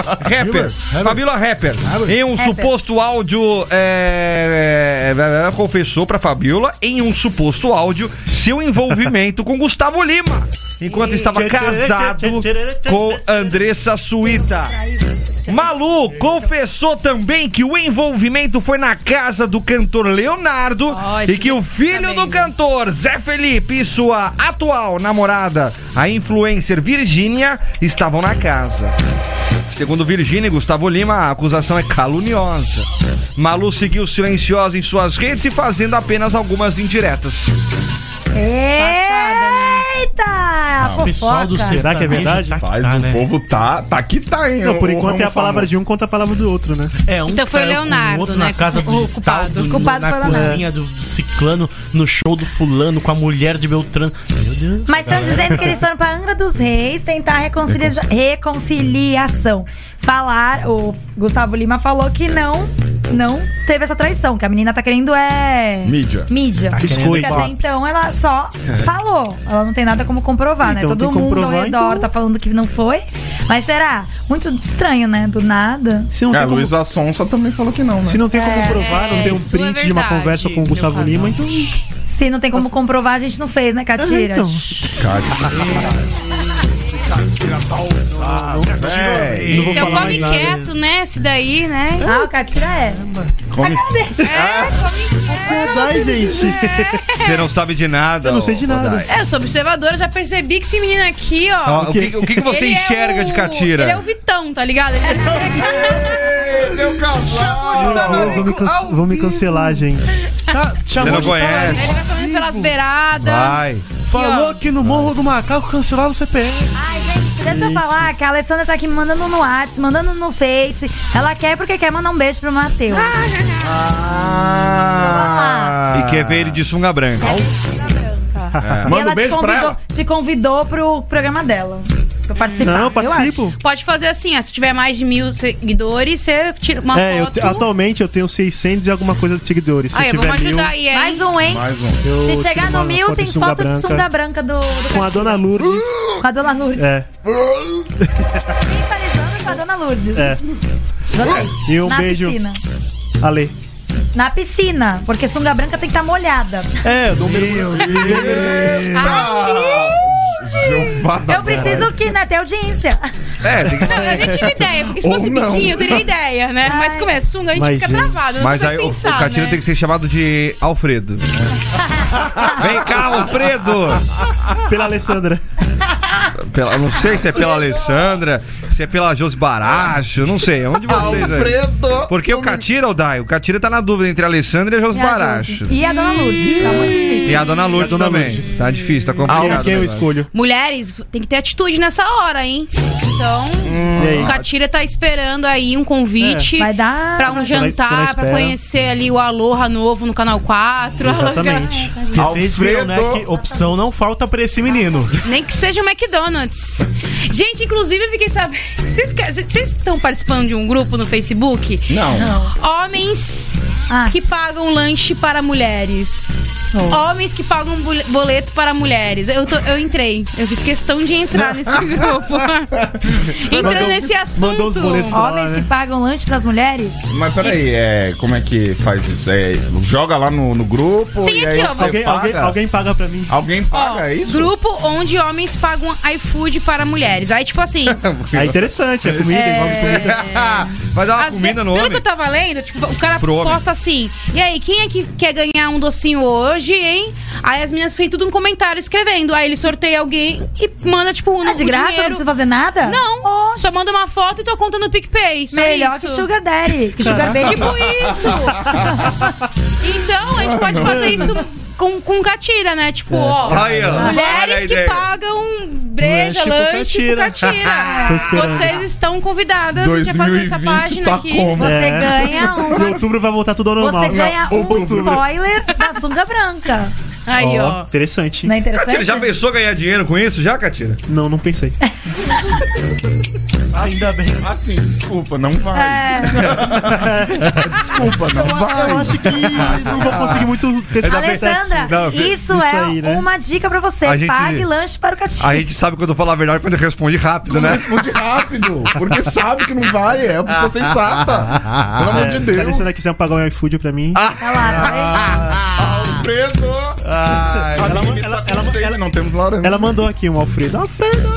G: tá,
D: É, Rapper. Fabiola Rapper. Em um suposto áudio. é, é, é, confessou pra Fabiola, em um suposto áudio, seu envolvimento com Gustavo Lima. Enquanto estava casado com Andressa Suíta.
H: É,
D: Malu
H: então.
D: confessou também que o envolvimento foi na casa do cantor Leonardo
H: Ó,
D: e
H: esse
D: que o filho do cantor Zé Felipe e sua atual namorada, a influencer Virgínia, estavam na casa. Segundo Virgínia e Gustavo Lima, a acusação é caluniosa. Malu seguiu silenciosa em suas redes e fazendo apenas algumas indiretas. né?
E: Eita!
G: O pessoal do
E: Fofoca.
G: Será que é verdade?
F: Mas
G: Tá,
F: o
G: né?
F: povo tá, tá aqui tá, hein?
G: Não, por
F: o-
G: enquanto
F: o
G: é a palavra
F: famoso.
G: de um contra a palavra do outro, né?
I: É, um
H: Então foi o
I: caiu com
H: Leonardo,
I: o outro
H: né?
I: na casa do
H: O
I: tal,
H: culpado.
I: do-
E: O culpado
I: na
E: foi o Leonardo.
I: cozinha do ciclano, no show do fulano, com a mulher de Beltrano. Meu Deus.
E: Mas estão dizendo que eles foram pra Angra dos Reis tentar reconcilia- reconciliação. Falar, o Gustavo Lima falou que não, não teve essa traição, que a menina tá querendo é.
F: Mídia.
E: Mídia.
I: querendo
E: Porque até
I: ibope.
E: então ela só falou. Ela não tem nada como comprovar, né?
G: Então, tem
E: Todo
G: que
E: mundo ao
G: comprovar,
E: redor
G: então.
E: tá falando que não foi. Mas será? Muito estranho, né? Do nada.
G: Se não
D: Ah,
F: É, a
G: tem como
F: Luísa Sonsa também falou que não, né?
G: Se não tem como provar, não
H: é,
G: tem um
H: isso é
G: print de uma
H: verdade,
G: conversa com o
H: meu
G: Gustavo
H: casal.
G: Lima, então.
E: Se não tem como comprovar, a gente não fez, né, Catira?
G: então.
F: Véi,
G: Não vou
H: Seu
G: falar
H: come
G: mais nada.
H: quieto, né? Esse daí, né?
E: Ah, o Catira é.
F: come-
H: É,
F: Ah,
H: come
G: Ai, gente.
D: Você não sabe de nada.
G: Eu não sei de
D: ô,
G: nada.
D: Dai.
H: quieto. É, eu sou observadora, já percebi que esse menino aqui,
D: Ó,
H: ó.
D: o que, o que que você
H: ele é
D: enxerga
H: o-
D: de Catira?
H: Ele é o Vitão, tá ligado? Ele
F: Deu cavalo.
G: Meu Deus, vão me, can- vão me cancelar, gente. Tá,
D: Você
G: chamou
D: não
G: de cara.
D: conhece.
H: Ele é vai comendo pelas beiradas.
D: Vai.
G: Falou
H: ó.
G: que no Morro do Macaco cancelaram o CPF.
E: Ai, gente, deixa eu falar que a Alessandra tá aqui me mandando no WhatsApp, mandando no Face. Ela quer porque quer mandar um beijo pro Matheus.
F: Ah.
D: E quer ver ele de sunga branca.
E: e
F: Manda
E: ela
F: um beijo
E: te
F: pra
E: convidou,
F: ela.
E: te convidou pro programa dela. Pra participar.
G: Não,
E: eu
G: participo.
H: Pode fazer assim, ó. Se tiver mais de mil seguidores, você tira uma
G: É, eu
H: foto.
G: te- atualmente eu tenho 600 e alguma coisa de seguidores. Se
H: Aí,
G: eu
H: vamos
G: tiver mil,
H: ajudar aí,
E: acho.
H: hein?
E: Mais um, hein?
F: Mais um.
G: eu
E: Se
G: tiro
E: chegar no
G: uma
E: mil,
G: foto
E: tem
G: sunga
E: foto de sunga branca do, do
G: Com a dona Lourdes.
E: com a dona Lourdes.
G: É,
E: Simpatizando com a dona Lourdes.
G: é.
E: Gostei.
G: E um
E: Na
G: beijo,
E: piscina.
G: Ale.
E: Na piscina, porque sunga branca tem que estar molhada.
G: É, eu dou um
F: Ah, Jeová da
E: Eu preciso que, né, ter audiência.
D: É, tem que...
H: Não, eu nem tive ideia, porque se
F: Ou
H: fosse
F: não.
H: biquinho, eu teria ideia, né? Mas como é sunga, a gente
G: Mas,
H: fica
G: gente.
H: travado. não
D: Mas
H: vai
D: aí o, o
H: pensar,
D: Catira
H: né?
D: tem que ser chamado de Alfredo. Vem cá, Alfredo!
G: pela Alessandra.
D: Pela, não sei se é pela Alessandra, se é pela Josi Baracho, não sei. É um de vocês aí.
F: Alfredo.
D: Porque o Catira, o Dai, o Catira tá na dúvida entre a Alessandra e a Josi Baracho.
E: E a dona Lourdes. Tá muito difícil.
D: E a Dona Lourdes
G: Dona
D: também.
G: Lourdes.
D: Tá difícil, tá complicado.
G: Quem, quem eu
D: né,
G: escolho?
H: Mulheres, tem que ter atitude nessa hora, hein? Então,
G: E aí?
H: o Catira tá esperando aí um convite.
E: É. Vai dar.
H: Pra um
G: Tô na
H: jantar, pra
G: espera.
H: conhecer ali o Aloha novo no Canal 4.
G: Exatamente. Porque vocês viram, né,
F: Alfredo.
G: que opção não falta pra esse menino.
H: Nem que seja o McDonald's. Gente, inclusive eu fiquei sabendo. Vocês fica- Vocês estão participando de um grupo no Facebook?
F: Não.
H: Homens
E: Ah. Oh.
H: que pagam lanche para mulheres. Homens que pagam bol- boleto para mulheres. Eu, tô- eu entrei. Eu fiz questão de entrar nesse grupo. Entrando
G: Mandou-
H: nesse assunto.
G: mandou os boletos pra né?
E: Homens
H: um
E: que pagam um lanche pras mulheres?
F: Mas peraí, é, como é que faz isso? É, joga lá no, no grupo
H: Tem
F: e
H: aqui,
F: aí
H: ó,
F: você
G: Alguém,
F: paga?
G: alguém, alguém paga pra mim.
F: Alguém
H: Ó,
F: paga isso?
H: grupo onde homens pagam iFood para mulheres. Aí, tipo assim, é,
G: É interessante, é comida, envolve comida.
D: Ah,
G: Ah,
D: Vai dar uma
H: Às
D: comida
H: vezes-
D: no
H: pelo
D: homem.
H: que eu tava lendo, tipo, o cara
D: Pro homem.
H: posta assim. E aí, quem é que quer ganhar um docinho hoje, hein? Aí as meninas fez tudo um comentário escrevendo. Aí ele sorteia alguém e manda, tipo, um
E: Ah, de
H: o
E: graça? Não
H: dinheiro.
E: precisa fazer nada?
H: Não, só manda uma foto e tua conta no PicPay. Só
E: Melhor
H: isso.
E: que Sugar Daddy. Que Sugar Baby.
H: Tipo isso. então, a gente pode fazer isso com, com catira, né? Tipo, ó.
D: Aí, ó. Olha a
H: Mulheres que
D: ideia.
H: pagam um breja,
G: Lanche com
H: lanche com
G: catira.
H: catira.
G: Estou esperando.
H: Vocês estão convidadas a gente vai fazer essa
F: 2020
H: página
F: tá
H: aqui.
F: como?
E: Você
G: É.
E: ganha um.
G: Em outubro vai voltar tudo ao normal.
E: Você ganha um
F: outubro.
E: spoiler da sunga branca.
H: Aí,
G: Ó,
H: ó.
G: Interessante.
E: Não é interessante?
D: Catira, já pensou ganhar dinheiro com isso? Já, Catira?
G: Não, não pensei.
F: Ainda bem. Assim, desculpa, não vai.
E: É,
F: Desculpa,
H: É,
F: não vai.
G: Eu acho que não vou conseguir muito ter
E: Alessandra,
G: Não,
E: isso,
G: isso
E: é
G: aí, né?
E: uma dica pra você.
D: A gente-
E: Pague lanche para o Catira.
D: A gente sabe quando eu falo a verdade quando eu respondi rápido, né?
F: Responde rápido, porque sabe que não vai, é uma pessoa sensata. Pelo amor de
G: Se a
F: Deus.
G: Alessandra quiser pagar o iFood pra mim.
E: Olha lá, tá vendo?
F: Alfredo!
D: Ai,
F: Ela,
G: ela- ela- ela-
F: tá não temos laranja.
G: Ela mandou aqui um Alfredo. Alfredo!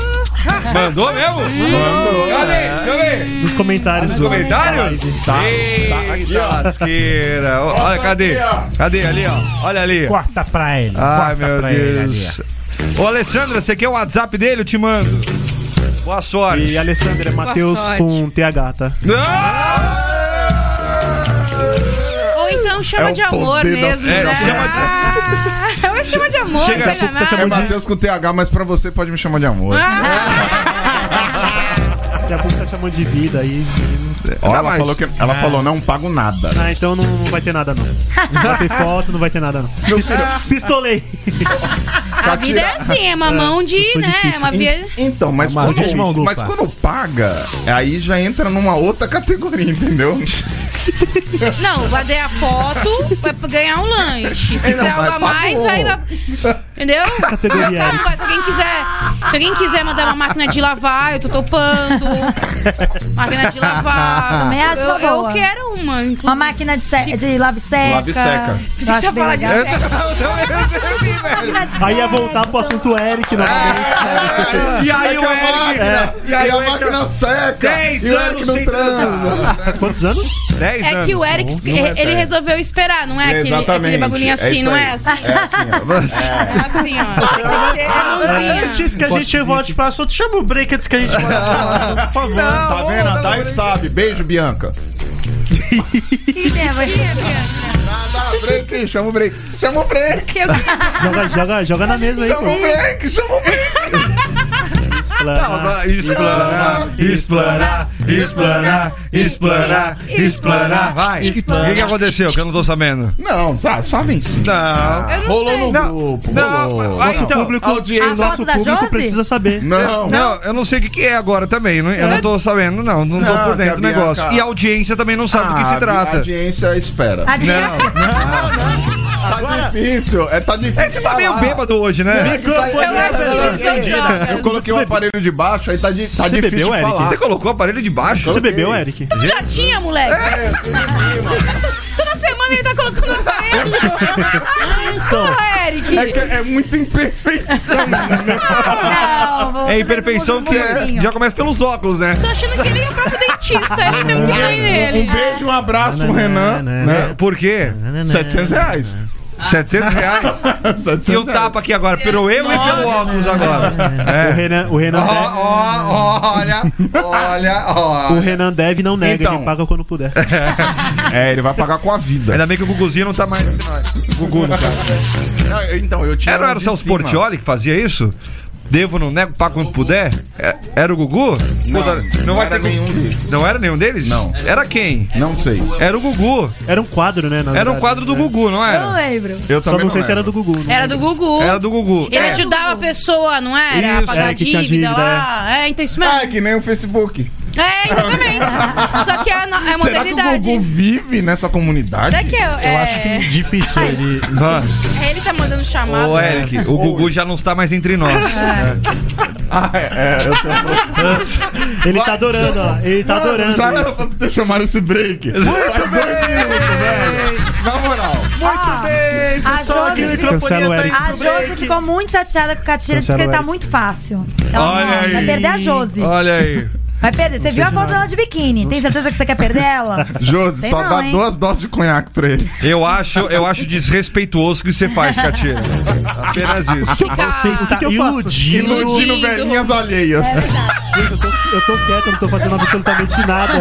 D: mandou mesmo? Mandou. tá, Cadê? Deixa eu ver.
G: Nos comentários.
D: Nos
G: do-
D: comentários? Eita, lasqueira. Olha, cadê? Cadê? Ali, Tá ó. Olha ali.
G: Corta pra ele.
D: Ai,
G: corta
D: meu
G: pra ele
D: Deus. Ô, Alessandra, você quer o WhatsApp dele? Eu te mando. Boa
G: ali.
D: sorte.
G: E Alessandra, é Matheus
H: sorte.
G: com TH, tá?
H: Ou então chama
F: É o
H: de amor
F: poder da
H: mesmo,
D: É,
H: né?
D: chama de-
H: Ah, Eu chamo de amor,
D: Chega,
H: pega
D: tá
H: nada.
F: É Matheus com TH, mas pra você pode me chamar de amor.
H: Ah,
G: Daqui a pouco tá chamando de vida aí.
F: Ó, ela
D: jamais.
F: falou que ela falou não pago nada.
G: Ah, então não, não vai ter nada, não. Não vai ter foto, não vai ter nada, não. Pisto- Pistolei.
H: A vida é assim, é mamão de,
G: sou
H: né?
G: difícil.
H: É uma via...
F: Então, mas
I: Uma
F: quando,
I: gente maluca.
F: mas quando paga, aí já entra numa outra categoria, entendeu?
H: Não, vai ter a foto, vai ganhar um lanche. Se
F: Não,
H: quiser
F: mas
H: algo a mais, vai.
F: pagou.
H: vai- Entendeu?
G: Categoria
H: Não, mas se alguém quiser. Se alguém quiser mandar uma máquina de lavar, eu tô topando. Máquina de lavar.
E: Também acho
H: eu,
E: uma
H: eu
E: boa.
H: quero uma, inclusive.
E: Uma máquina de, se... de lave seca.
F: Lave seca.
H: Você
E: Eu acho
H: tá
E: bem
H: falando de
E: legal.
G: Aí é ia voltar pro assunto Eric né?
F: Ah.
G: novamente.
D: E aí,
F: É
D: o
F: que a
D: Eric?
F: máquina-
D: E aí,
F: e a
D: o Eric-
F: máquina seca.
D: Dez
F: E o Eric
D: anos
F: não
D: sem
F: transa.
G: Quantos anos?
D: 10
H: É
D: anos.
H: que o Eric, ele resolveu esperar, não é? Aquele, aquele bagulhinho assim,
F: isso
H: não
F: aí.
H: é assim?
F: É assim,
H: É
F: ó.
H: assim, ó. Tem que ser a mãozinha.
I: Antes que a gente volte pra assunto, chama o break antes que a gente volte pra assunto, por favor.
F: Tá vendo? A Dai sabe. Beijo, Bianca.
E: Que tema, hein?
F: Dá break, Tá chama o break. Chama o break.
G: Joga, joga, joga na mesa aí,
F: Chama o
G: pô.
F: break. Chama o break.
G: Explana.
D: Explanar, explanar, explanar, explanar, explanar. Vai. O que, que aconteceu que eu não tô sabendo?
F: Não, sa- sabem sim.
D: Não.
H: Eu não
F: Rolou
H: sei.
F: no
D: Não.
F: grupo.
D: Não,
F: rolou.
D: mas-
F: Nosso
D: então,
F: público.
E: a
F: audiência. é
E: foto da Josi?
G: público precisa saber.
F: Não.
D: Não, eu não sei o que, que é agora também. Não, eu não tô sabendo, não. Não,
F: Não,
D: tô por dentro do
F: Gabi,
D: negócio.
F: cara.
D: E a audiência também não sabe do que
F: Ah,
D: se
F: A
D: trata.
F: audiência espera.
E: Adivinha?
F: Tá difícil. É, tá difícil.
D: É, você tá
F: falar. É tá-
D: meio bêbado hoje, né?
F: Eu coloquei o aparelho de baixo, aí tá, di- tá
G: Você
F: difícil
G: bebeu,
F: de
G: Eric?
F: falar.
D: Você colocou o aparelho de baixo?
G: Você bebeu, Eric?
H: Já tinha, moleque. Toda semana ele tá colocando no aparelho. Porra, Eric.
F: Então. É, que é muito imperfeição.
E: Não, você
D: É imperfeição
E: não muda
D: que
E: o mundinho.
D: já começa pelos óculos, né?
H: Tô achando que ele é o próprio dentista. Ele é mesmo que mãe dele.
F: Um beijo, um abraço pro Renan. Né?
D: Por quê?
F: 700 reais.
D: 700 reais.
F: 700
D: E o
F: reais.
D: tapa aqui agora, pelo eu e pelo óculos agora.
G: O
D: É.
G: Renan, o Renan, deve,
D: Ó, ó, olha, olha, ó.
G: o Renan deve e não nega,
F: Então.
G: ele paga quando puder.
F: É, ele vai pagar com a vida.
D: Ainda bem que o Guguzinho não tá mais entre nós. Gugu não tá.
F: Não, eu- Então, eu tinha.
D: Era, não era o Celso Portioli que fazia isso? Devo, não nego, pago quando puder? É- Era o Gugu?
F: Não,
D: Puta,
F: não
D: vai
F: era
D: ter
F: nenhum deles.
D: Não era nenhum deles?
F: Não.
D: Era quem?
F: Não sei.
D: Era o Gugu.
G: Era um quadro, né?
D: Era
G: na
D: um
G: verdade,
D: quadro do
G: né?
D: Gugu, não
E: Eu não é
D: era?
E: lembro.
F: Eu
G: Só
F: também
G: não sei se era do Gugu. né?
H: Era do Gugu.
D: Era do Gugu.
H: Ele
D: É.
H: ajudava a pessoa, não era?
D: Isso,
H: a pagar
G: é, que tinha
H: dívida,
G: dívida,
H: lá. É. então isso mesmo.
F: Ah, é que nem o Facebook.
H: É, exatamente. Só que é a, no- é a
F: Será que o
H: modalidade.
F: Gugu vive nessa comunidade?
H: Será que eu, é,
G: Eu acho que difícil ele.
D: Ah,
H: é ele que tá mandando chamado?
G: é?
D: Ô, Eric, o Gugu já não está mais entre nós.
F: Ah, é, é, eu tô...
G: Ele tá adorando, ó. Ele tá adorando.
F: Já era
G: isso.
F: pra ter chamado esse break. Muito bem! Na moral.
E: A Josi,
G: Cancela o Eric.
E: a Josi ficou muito chateada com o Catira, disse que ele tá muito fácil. Ela
D: Olha
E: não, vai
D: aí.
E: perder a Josi.
D: Olha aí.
E: Vai perder. Você viu a
G: de
E: foto
G: nada.
E: dela de biquíni? Tem certeza que você quer perder ela?
F: Josi,
E: Sei
F: só
E: não,
F: dá
E: hein?
F: duas doses de conhaque pra ele.
D: Eu acho, eu acho desrespeituoso o que você faz, Catira. Apenas isso.
H: Fica-
G: Você está
I: que eu faço?
G: iludindo.
F: Iludindo velhinhas alheias.
G: Gente, eu tô, eu tô quieto, eu não tô fazendo absolutamente nada.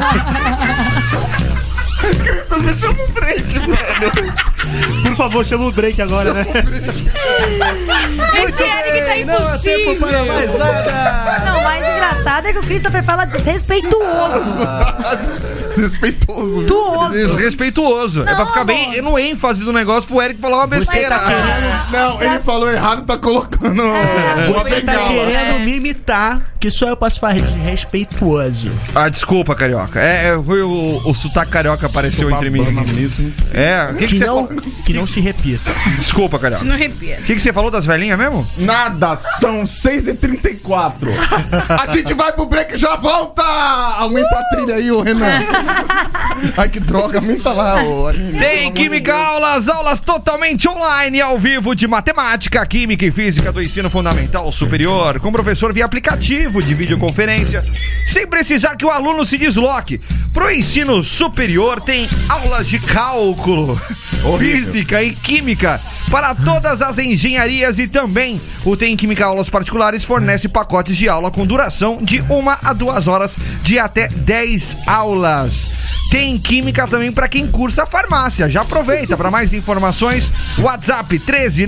F: Você chamou Chama o break, mano.
G: Por favor, chama o break agora, né?
H: Esse Eric tá
I: tempo
H: impossível.
I: para mais nada.
E: Não, o mais engraçado é que o Christopher fala desrespeituoso.
F: Desrespeitoso. viu?
E: Tuoso.
D: Desrespeituoso. é pra ficar bem no ênfase do negócio pro Eric falar uma besteira.
F: Não, ele falou errado, tá colocando uma
I: Você tá
F: bengala.
I: querendo me imitar, que só eu posso falar de respeituoso.
D: Ah, desculpa, carioca. É, é, foi o, o sotaque carioca apareceu entre mim.
F: Babando nisso, hein?
D: É, o que, que
I: Que
D: você
I: não,
D: falou?
I: que não se repita.
D: Desculpa, carioca.
H: Não arrepia.
D: O que, que você falou das velhinhas mesmo?
F: Nada, são 6h34. A gente vai pro break e já volta! Aumenta a trilha aí, ô Renan. Ai, que droga, aumenta lá, ô Aline.
D: Tem Química Aulas, aulas totalmente online, ao vivo de matemática, química e física do ensino fundamental superior, com professor via aplicativo de videoconferência, sem precisar que o aluno se desloque. Pro ensino superior tem aulas de cálculo, física e química para todas as engenharias e também o Tem Química Aulas Particulares fornece pacotes de aula com duração de uma a duas horas de até 10 aulas. Tem química também para quem cursa farmácia. Já aproveita para mais informações. WhatsApp 13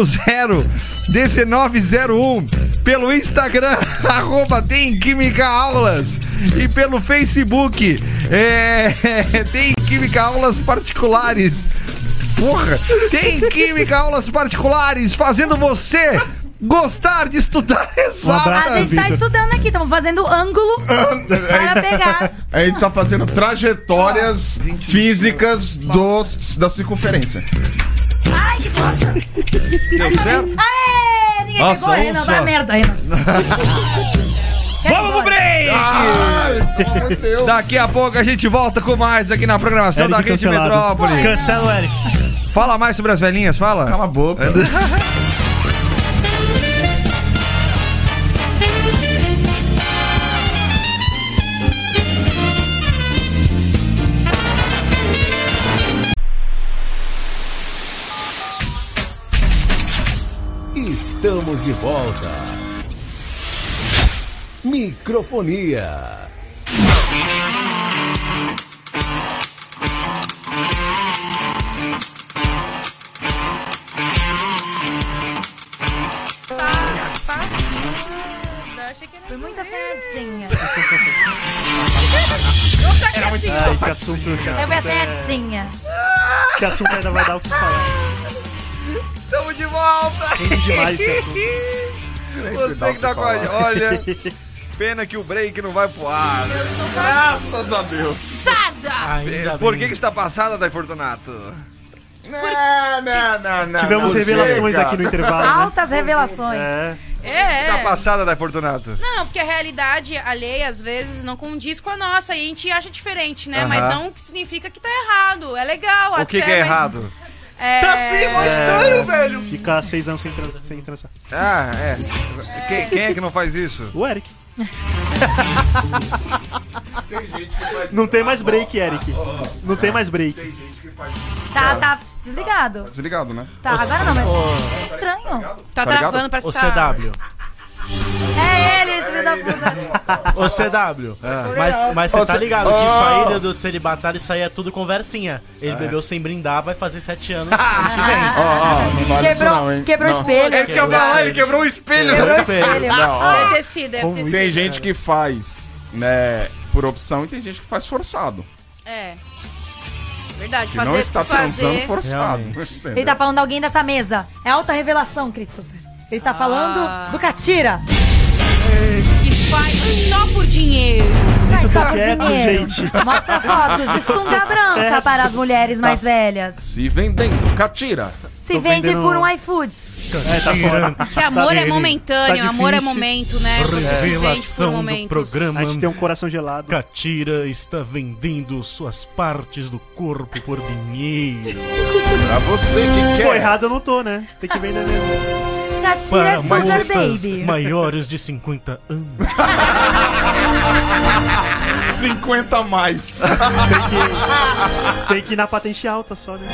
D: 1901 pelo Instagram arroba tem química aulas e pelo Facebook é, tem química aulas particulares. Porra, tem química aulas particulares fazendo você gostar de estudar exatas.
E: A gente tá estudando aqui, estamos fazendo ângulo
D: É,
E: para pegar.
F: A gente tá fazendo trajetórias físicas dos, da circunferência.
D: Deu certo?
E: Aê! Ninguém
D: Nossa, um
E: pegou, Renan. Vai
D: só.
E: a merda, Renan.
D: Vamos pro break!
F: Ai, pelo amor de Deus.
D: Daqui a pouco a gente volta com mais aqui na programação
G: Eric
D: da Rede
G: É, cancelado.
D: Metrópole.
G: é
I: Cancela o Eric.
D: Fala mais sobre as velhinhas,
F: Cala
D: fala.
F: a
E: É.
F: boca.
J: Estamos de volta. Microfonia.
E: Foi muita pegadinha.
G: Ah, esse assunto, cara.
E: Eu fui a certinha.
G: Esse assunto ainda vai dar o que falar.
D: Estamos de volta!
G: Tem demais esse assunto.
D: Você que tá com a gente. Olha, pena que o break não vai pro ar. né? Graças a Deus.
H: Sada!
I: Ainda
D: Por que
I: bem.
D: que está passada, Dai Fortunato?
F: Não, não, não, não.
G: Tivemos
F: não
G: revelações
F: chega.
G: aqui no intervalo, né?
E: Altas revelações.
G: É.
H: É,
D: Está
H: é.
D: passada, Dai Fortunato?
H: Não, porque a realidade alheia, às vezes, não condiz com a nossa. E a gente acha diferente, né? Mas
D: Aham.
H: não significa que tá errado. É legal.
D: O que que é
H: mas-
D: errado?
H: É...
G: Tá
D: estranho, velho!
G: Ficar seis anos sem transar. Sem transar.
D: Ah, é. Quem, quem é que não faz isso?
G: O Eric. Não tem mais break, Eric. Não tem mais break.
E: Tá, tá desligado.
F: Desligado, né?
E: Tá, agora não, mas. é Estranho.
H: Tá,
F: ligado?
H: travando, parece
I: O
H: que tá...
I: CW.
E: É ele, esse filho da puta.
I: Ô CW, mas, mas você tá ligado que isso aí do- do Celibatário, isso aí é tudo conversinha. Ele bebeu sem brindar, vai fazer sete anos.
F: Ó, ó, não vale isso não,
E: Quebrou,
F: hein?
E: quebrou o espelho.
D: É que eu ia falar, ele quebrou o espelho.
E: Quebrou o
I: espelho.
E: espelho.
F: Não, ó.
H: Deve ter sido, deve ter
F: Tem
H: sido.
F: gente que faz, né, por opção e tem gente que faz forçado.
H: É. Verdade,
F: Que
H: fazer...
F: não está transando
H: fazer...
F: forçado.
E: Ele tá falando de alguém dessa mesa. É alta revelação, Christopher. Ele tá
F: Ah.
E: falando do Catira.
H: Que faz só por dinheiro.
E: Vai, tá por
G: quieto,
E: dinheiro.
G: gente.
E: Mostra fotos de sunga branca para as mulheres mais velhas.
F: Se vendendo, catira.
E: Se
G: Tô
E: vende
G: vendendo-
E: por um iFood.
G: É, tá fora.
H: Que amor é
G: dele.
H: momentâneo,
G: Tá
H: amor é
G: difícil.
H: momento, né? Você
F: é.
H: se sente por momentos.
G: A gente tem um coração gelado.
I: Catira está vendendo suas partes do corpo por dinheiro.
F: Pra você que
G: Pô,
F: quer.
G: errado eu não tô, né? Tem que vender mesmo.
E: Catira é Sugar Baby.
I: maiores de 50 anos.
F: 50 a mais.
G: Tem que ir na patente alta só, né?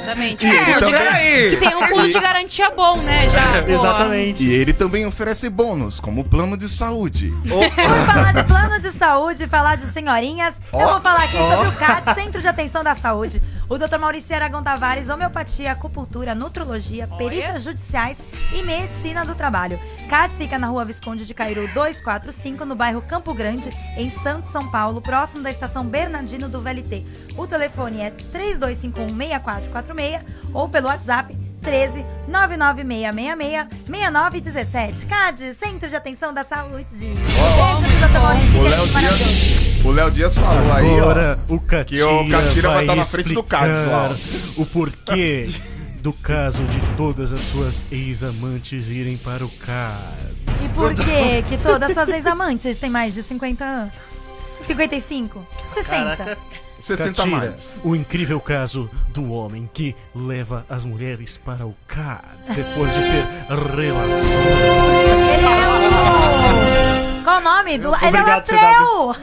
H: Exatamente.
F: E ele
H: É, eu digo
F: também.
H: que tem um fundo de garantia bom, né? Já. pô.
G: Exatamente.
F: E ele também oferece bônus, como plano de saúde.
E: Por falar de plano de saúde, falar de senhorinhas, eu vou falar aqui sobre o CAT, Centro de Atenção da Saúde. O Dr. Maurício Aragão Tavares, homeopatia, acupuntura, nutrologia, perícias judiciais e medicina do trabalho. CATS fica na rua Visconde de Cairo 245, no bairro Campo Grande, em Santos, São Paulo, próximo da estação Bernardino do VLT. O telefone é 3251-6446 ou pelo WhatsApp 13 996666917. CAD, Centro de Atenção da Saúde. Beijo, doutor Maurício,
F: O
E: que é
F: Léo
E: maravilhoso.
F: Dias, o Léo Dias falou aí, ó.
I: Agora, o Catira
F: que o Catira vai
I: vai
F: estar na frente do Cádiz lá, ó.
I: explicar O porquê do caso de todas as suas ex-amantes irem para o Cádiz.
E: E por que que todas suas ex-amantes eles têm mais de 50 anos? 55? 60?
F: 60 a
I: Catira,
F: mais.
I: o incrível caso do homem que leva as mulheres para o Cádiz depois de ter relações.
E: Ele é o... Qual o nome? Do... Ele é o
G: Obrigado,
E: Latreu!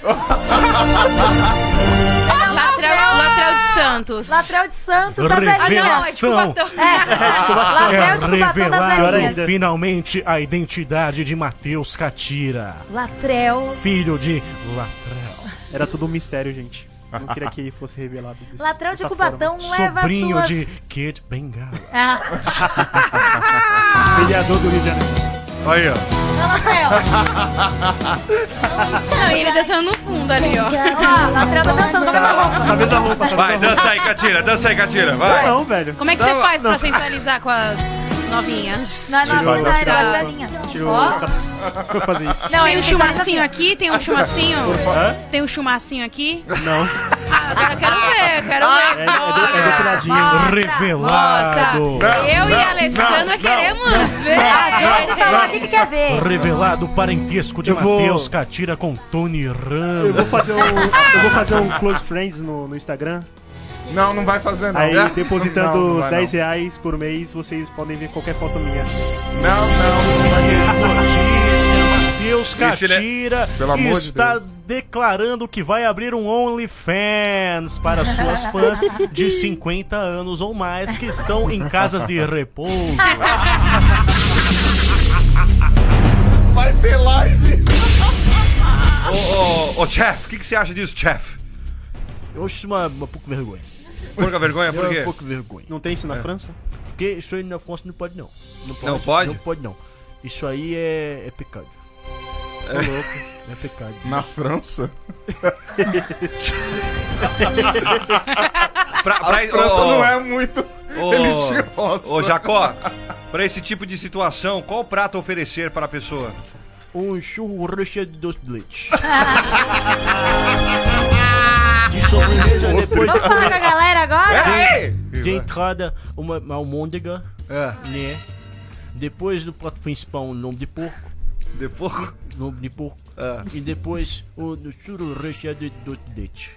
H: Latrel, Latrel de Santos. tipo
E: Latrel de Santos, das
I: Revelação.
E: velhinhas. É,
I: Ah,
E: Latreu de Cubatão das velhinhas.
I: Revelaram é finalmente a identidade de Matheus Catira,
E: Latreu.
I: filho de Latrel.
G: Era tudo um mistério, gente. Não queria que fosse revelado isso.
E: Latreu de
G: Dessa
E: Cubatão leva as
I: Sobrinho
E: suas...
I: de Kid Bengala.
E: Ah,
G: forma. Vereador do Rio de Janeiro.
F: Aí, ó.
E: Latreu.
H: Não, e ele dançando no fundo ali, ó.
E: Ó, Latreu tá dançando com a minha roupa.
G: Talvez a roupa. talvez
D: Vai,
G: a roupa.
D: dança aí, Catira, dança aí, Catira, vai.
G: Não, velho.
H: Como é que você faz pra sensualizar com as novinhas?
E: Não é novinha, não, é das velhinhas.
G: Tirou.
E: Ó.
G: Vou fazer isso.
H: Não, tem um chumacinho
E: assim,
H: aqui, tem um chumacinho. Tem um chumacinho aqui.
G: Não.
H: Ah, agora eu quero ver, eu quero
E: Ah.
H: ver.
G: É, é, do- é depiladinho.
H: Nossa,
I: Revelado.
H: eu e a Alessandra queremos ver.
E: Ah, Joane falou o que que quer ver.
I: Revelado o parentesco de
G: Eu vou-
I: Matheus Catira com Tony
G: Eu vou
I: Ramos.
G: fazer um, eu vou fazer um close friends no, no Instagram.
F: Não, não vai fazer não.
G: Aí,
F: Não,
G: depositando
F: não, não vai,
G: 10 reais por mês, vocês podem ver qualquer foto minha.
F: Não, não. não.
I: Matheus
D: Ixi, né?
I: Catira
F: Pelo amor de
I: está declarando que vai abrir um OnlyFans para suas fãs de 50 anos ou mais que estão em casas de repouso.
F: Vai ter live.
D: Ô, ô, ô, Chef, o que, que você acha disso, Chef?
I: Eu acho uma, uma é um pouco vergonha.
D: Pouca vergonha, por
I: É
D: quê?
I: um pouco vergonha.
G: Não tem isso
F: É.
G: na França?
I: Porque isso aí na França não pode não.
D: Não pode?
I: Não pode não. Isso aí é, é pecado. É louco. É pecado.
F: Na França?
D: Pra,
F: A
D: pra,
F: França
D: ô,
F: não é muito
D: ô,
F: religiosa.
D: Ô, Jacó, pra esse tipo de situação, qual prato oferecer para a pessoa?
I: Um churro recheado de doce de leite. de sobremesa depois
E: Vamos falar com a galera
D: É.
E: agora?
I: de entrada, uma, uma almôndega,
F: É,
I: né? Depois do prato principal, um lombo de porco.
F: depois...
I: Lombo de porco.
D: É.
I: E depois, o do churro recheado de doce de leite.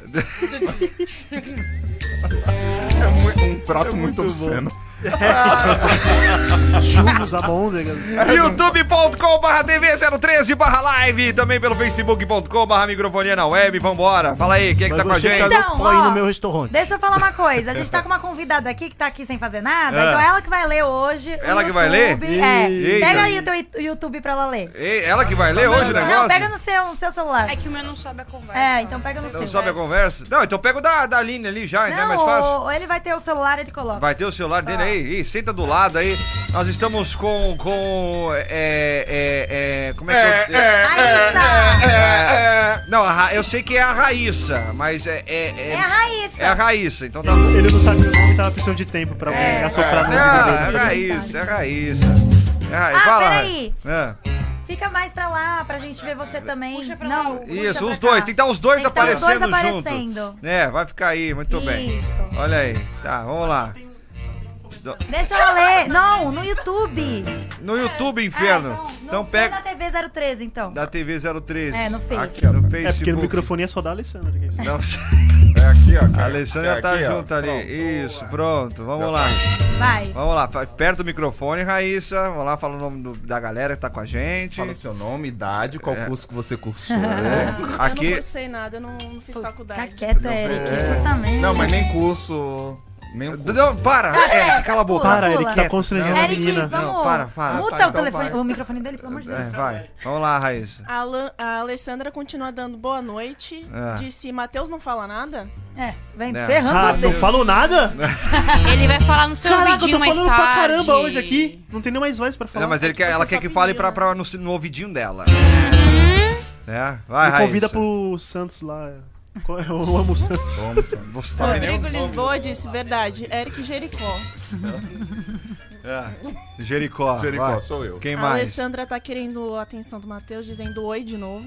F: É muito- um prato muito, obsceno. Ah.
G: Churros,
F: É
G: abôndega.
D: youtube.com/barra TV013 barra live, também pelo facebook.com/barra microfonia na web. Vambora, fala aí, quem é que tá com a
I: você
D: gente?
I: cagou
E: Então,
I: pau aí
E: ó,
I: no meu restaurante.
E: Deixa eu falar uma coisa. A gente tá com uma convidada aqui que tá aqui sem fazer nada. Então ela que vai ler hoje. o
D: É. Ela que vai
E: YouTube.
D: ler?
E: É.
D: Eita.
E: Pega aí o teu i- YouTube pra ela ler.
D: Ei, ela que vai ler hoje o negócio?
E: Não, pega no seu, no seu celular.
H: É que o meu não sobe a conversa.
E: É, então pega no
H: Não
E: seu.
D: Não sobe a conversa? Não, então pega o da, da Aline ali já, né? Mais fácil.
E: Não, ou ele vai ter o celular, ele coloca.
D: Vai ter o celular dele aí, Ih, senta do lado aí. Nós estamos com. com. É, é, é, como é que eu.
F: é,
E: Raíssa!
D: É, Não, a Ra- eu sei que é a Raíssa, mas é. É, é,
E: É a Raíssa.
D: é a Raíssa, então tá bom.
G: Ele não sabia o nome, tava precisando de tempo pra
E: É.
G: assoprar
D: Ah,
G: no
D: é a
G: ouvido dele.
D: Raíssa, é a Raíssa. É a Raíssa.
E: Ah,
D: Fala,
E: peraí.
D: Raíssa. É.
E: Fica mais pra lá, pra gente ver você também.
H: Puxa pra
E: não,
H: lá.
E: puxa
D: Isso,
E: pra
D: os
E: cá.
D: dois, tem que dar os dois
E: Tem que dar os
D: aparecendo
E: dois
D: junto.
E: aparecendo.
D: É, vai ficar aí, muito bem.
E: Isso.
D: Olha aí, tá, vamos lá.
E: Deixa eu ler. Não, no YouTube.
D: No YouTube, inferno.
E: Ah,
D: então,
E: não, não
D: pega.
E: foi na TV 013, então.
D: Da TV 013.
E: É, no Face.
D: Aqui, ó, no Facebook.
G: É porque no microfone é só da Alessandra. que é isso.
D: Não,
F: É aqui, ó.
D: a
F: cara.
D: Alessandra
F: É
D: tá
F: aqui, ó. tá.
D: junto ali. Isso, pronto. Vamos lá.
E: Vai.
D: Vamos lá. Fa- Perto do microfone, Raíssa. Vamos lá, fala o nome do- da galera que tá com a gente.
F: Fala seu nome, idade, qual
D: É.
F: curso que você cursou. né?
K: Eu
D: Aqui.
K: não cursei nada, eu não, não fiz
E: Fica
K: faculdade.
E: quieto, Eric. Exatamente.
F: Não, mas nem curso. Nem um curso.
D: Não, para! É, cala a boca.
E: Pula,
G: Para, Eric,
E: pula.
G: tá constrangendo a
E: Eric,
G: menina.
E: vamos.
D: Não, para, para.
E: Muta
F: Tá,
E: o,
F: então
E: telefone,
F: vai.
E: o microfone dele, pelo amor de Deus.
D: É, vai. Vamos lá, Raíssa.
K: A, Lan- a Alessandra continua dando boa noite.
D: Ah.
K: Disse, Matheus não fala nada?
E: É, vem
D: É.
E: ferrando
G: É. Ah, não
E: você.
G: falou nada?
H: Ele vai falar no seu
G: Caraca, eu
H: ouvidinho
G: tô
H: mais
G: falando
H: tarde.
G: pra caramba hoje aqui. Não tem nem mais voz pra falar.
D: Não, mas ele quer,
K: você
D: ela
K: só
D: quer que
K: pediu,
D: fale pra,
K: né?
D: pra, no, no ouvidinho dela. É, vai,
G: Me
D: Raíssa.
G: convida pro Santos lá. Qual é? Eu amo o Santos.
F: Toma, Sam.
D: Você tá
K: Rodrigo
D: vendo?
K: Lisboa disse, verdade, Eric Jericó.
D: É. Jericó.
F: Jericó,
D: vai.
F: sou eu.
D: Quem
K: A
D: mais?
K: Alessandra tá querendo a atenção do Matheus, dizendo oi de novo.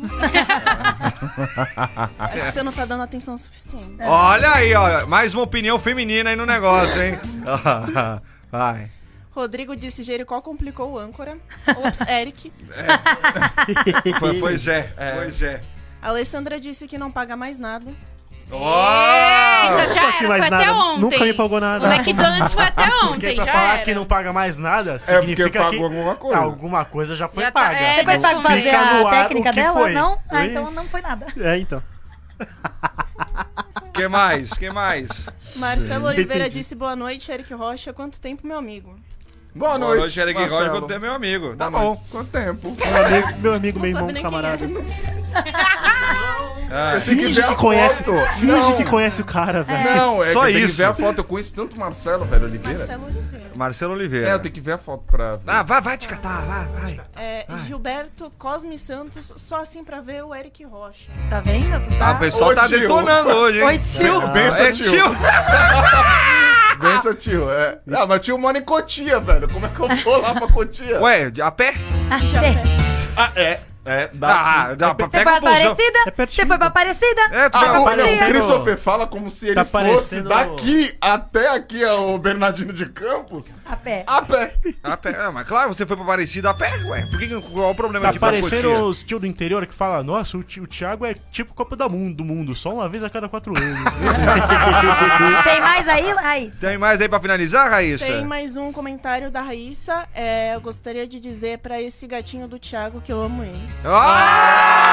K: Acho que você não tá dando atenção suficiente.
D: Olha aí, ó. Mais uma opinião feminina aí no negócio, hein? Vai.
K: Rodrigo disse, Jericó complicou o âncora. Ops, Eric.
D: Foi- pois é, pois é.
K: A Alessandra disse que não paga mais nada.
D: Ó!
H: Eita, já era,
G: assim
H: foi
G: mais
H: até
G: nada.
H: ontem.
G: Nunca me pagou nada. é
H: O McDonald's foi até
I: Porque
H: ontem,
I: pra
H: já
I: falar
H: era.
I: que não paga mais nada,
F: É
I: significa
F: porque pagou
I: que
F: alguma coisa.
I: alguma coisa já foi
H: Já tá-
I: paga.
H: é,
E: Você foi
H: Então
E: sabe fazer
I: fica no
E: a
I: ar o
E: técnica
I: que
E: dela?
I: foi.
E: Não? Ah,
G: Oi?
E: então não foi nada.
G: É, então.
D: Quem mais? Quem mais?
K: Marcelo Oliveira
G: Entendi.
K: disse, boa noite, Eric Rocha. Quanto tempo, meu amigo?
F: Boa noite.
D: Eric Rocha,
F: Marcelo.
D: quando tem meu amigo. Tá
F: Boa noite.
D: bom.
F: Quanto tempo?
G: Meu amigo, meu, amigo, meu
K: sabe
G: irmão,
K: nem
G: camarada.
K: quem é. né,
D: Ah,
F: Tem
G: Finge
F: ver
G: que
F: a
G: conhece.
F: foto.
G: Finge
F: Não.
G: que conhece o cara, velho.
F: Não, é
D: Só
F: que eu tenho que
D: isso.
F: ver a foto. Eu conheço tanto o Marcelo, velho, Oliveira.
K: Marcelo Oliveira.
D: Marcelo Oliveira.
F: É, eu tenho que ver a foto pra ver.
D: Ah, vai, vai te catar, vai, vai.
K: É, Gilberto Cosme Santos, só assim pra ver o Eric Rocha.
E: Tá vendo?
D: Ah, o
E: Tá.
D: pessoal
F: Ô,
D: tá
F: tio.
D: detonando hoje, hein?
E: Oi, tio.
F: Benção,
D: é,
F: tio. Bem, seu tio. É... Ah, mas tio mora em Cotia, velho. Como é que eu vou lá pra Cotia?
D: Ué, de- a pé?
F: Ah, é. É,
D: Dá,
F: dá. sim.
D: dá, pega
E: Você foi
D: o busão.
E: aparecida?
G: É pertinho.
E: Você foi pra Aparecida?
D: É, tu
F: Ah,
D: pega
F: o-
D: o
F: não, o
G: parecendo-
F: Christopher fala como se ele
G: Tá
F: fosse
G: parecendo-
F: daqui até aqui o Bernardino de Campos
E: A pé.
F: a pé.
D: A pé, ah, mas claro, você foi pra Aparecida a pé, ué. Por que, que- qual o problema
I: Tá
D: de ir pra Cotia?
I: parecendo os tio do interior que fala, nossa, o, Ti- o Thiago é tipo Copa da mundo, do Mundo, só uma vez a cada quatro anos.
E: Tem mais aí? Aí.
D: Tem mais aí pra finalizar, Raíssa?
K: Tem mais um comentário da Raíssa. É, eu gostaria de dizer pra esse gatinho do Thiago que eu amo ele.
D: Ah,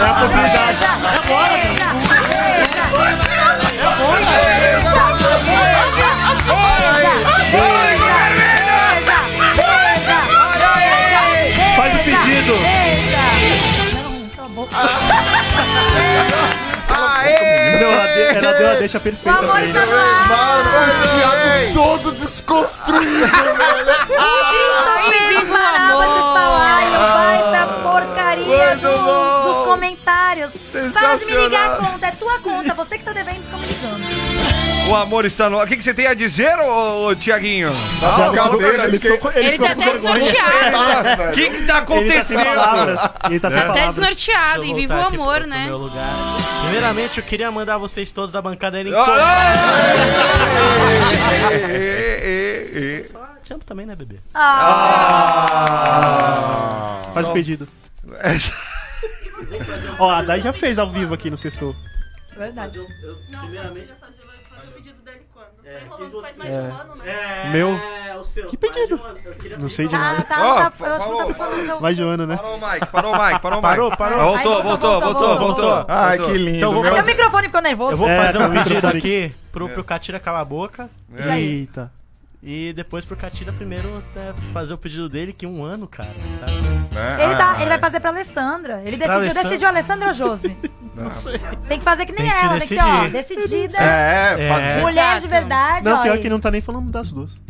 G: É a oportunidade. É agora, velho. Faz o pedido. Não, ela, de- ela deu a deixa perfeita pra ele.
F: Mano, o Thiago todo desconstruído, velho.
E: Vitor Vitor parava de falar e vai pra porcaria do- dos comentários. Para de me ligar a conta, é tua conta, você que tá devendo fica me ligando.
D: O amor está no. O que, que você tem a dizer, ô, ô Tiaguinho?
F: Ah,
G: Ele ficou- ele ficou com-
H: Ele tá
G: ficou
H: até
G: com vergonha.
H: desnorteado.
D: O que, que tá
G: Ele tá sem
D: acontecendo?
G: palavras. Ele tá sem
H: Até
G: palavras.
H: desnorteado.
I: Né? Deixa
H: E
I: eu
H: viva o
I: voltar aqui pro-
H: amor,
I: pro
H: né?
I: meu lugar. Primeiramente, eu queria mandar vocês todos da bancada ele em todo.
D: Ah, é, é, é, é.
I: Ah, Te amo também, né, bebê?
G: Faz o pedido. Ó, a Dai já fez ao vivo aqui no Sextou.
E: Verdade.
G: Meu.
I: o seu.
G: Que pedido? Não sei de nada.
E: Ah, tá,
D: Ó,
E: tá, eu acho que não tá pensando no seu.
G: Vai, Joana, né?
D: Parou o Mike, parou o Mike, parou o Mike.
I: Parou, parou.
D: Ah, Voltou,
E: Aí voltou,
D: voltou,
E: voltou,
D: voltou,
E: voltou.
D: voltou.
F: Ai, que lindo.
I: Então vou
F: meu.
E: Meu microfone ficou nervoso.
I: Eu vou
G: É,
I: fazer
G: tá
I: um
G: o microfone
I: pedido
G: aqui. É.
I: aqui pro, pro Catira Cala a Boca
G: Eita.
I: e depois pro Catira primeiro até fazer o pedido dele, que um ano, cara. Tá?
E: Ele,
F: É,
E: dá, ele vai fazer pra Alessandra. Ele decidiu,
I: Alessandra?
E: decidiu Alessandra ou Josi?
I: Não sei.
E: Tem que fazer que nem
I: Tem que se
E: ela, tem que ser, ó, decidida.
F: É, faz...
I: É.
E: Mulher de
K: Exato.
E: verdade, ó.
G: Não, pior
E: e-
G: que não tá nem falando das duas.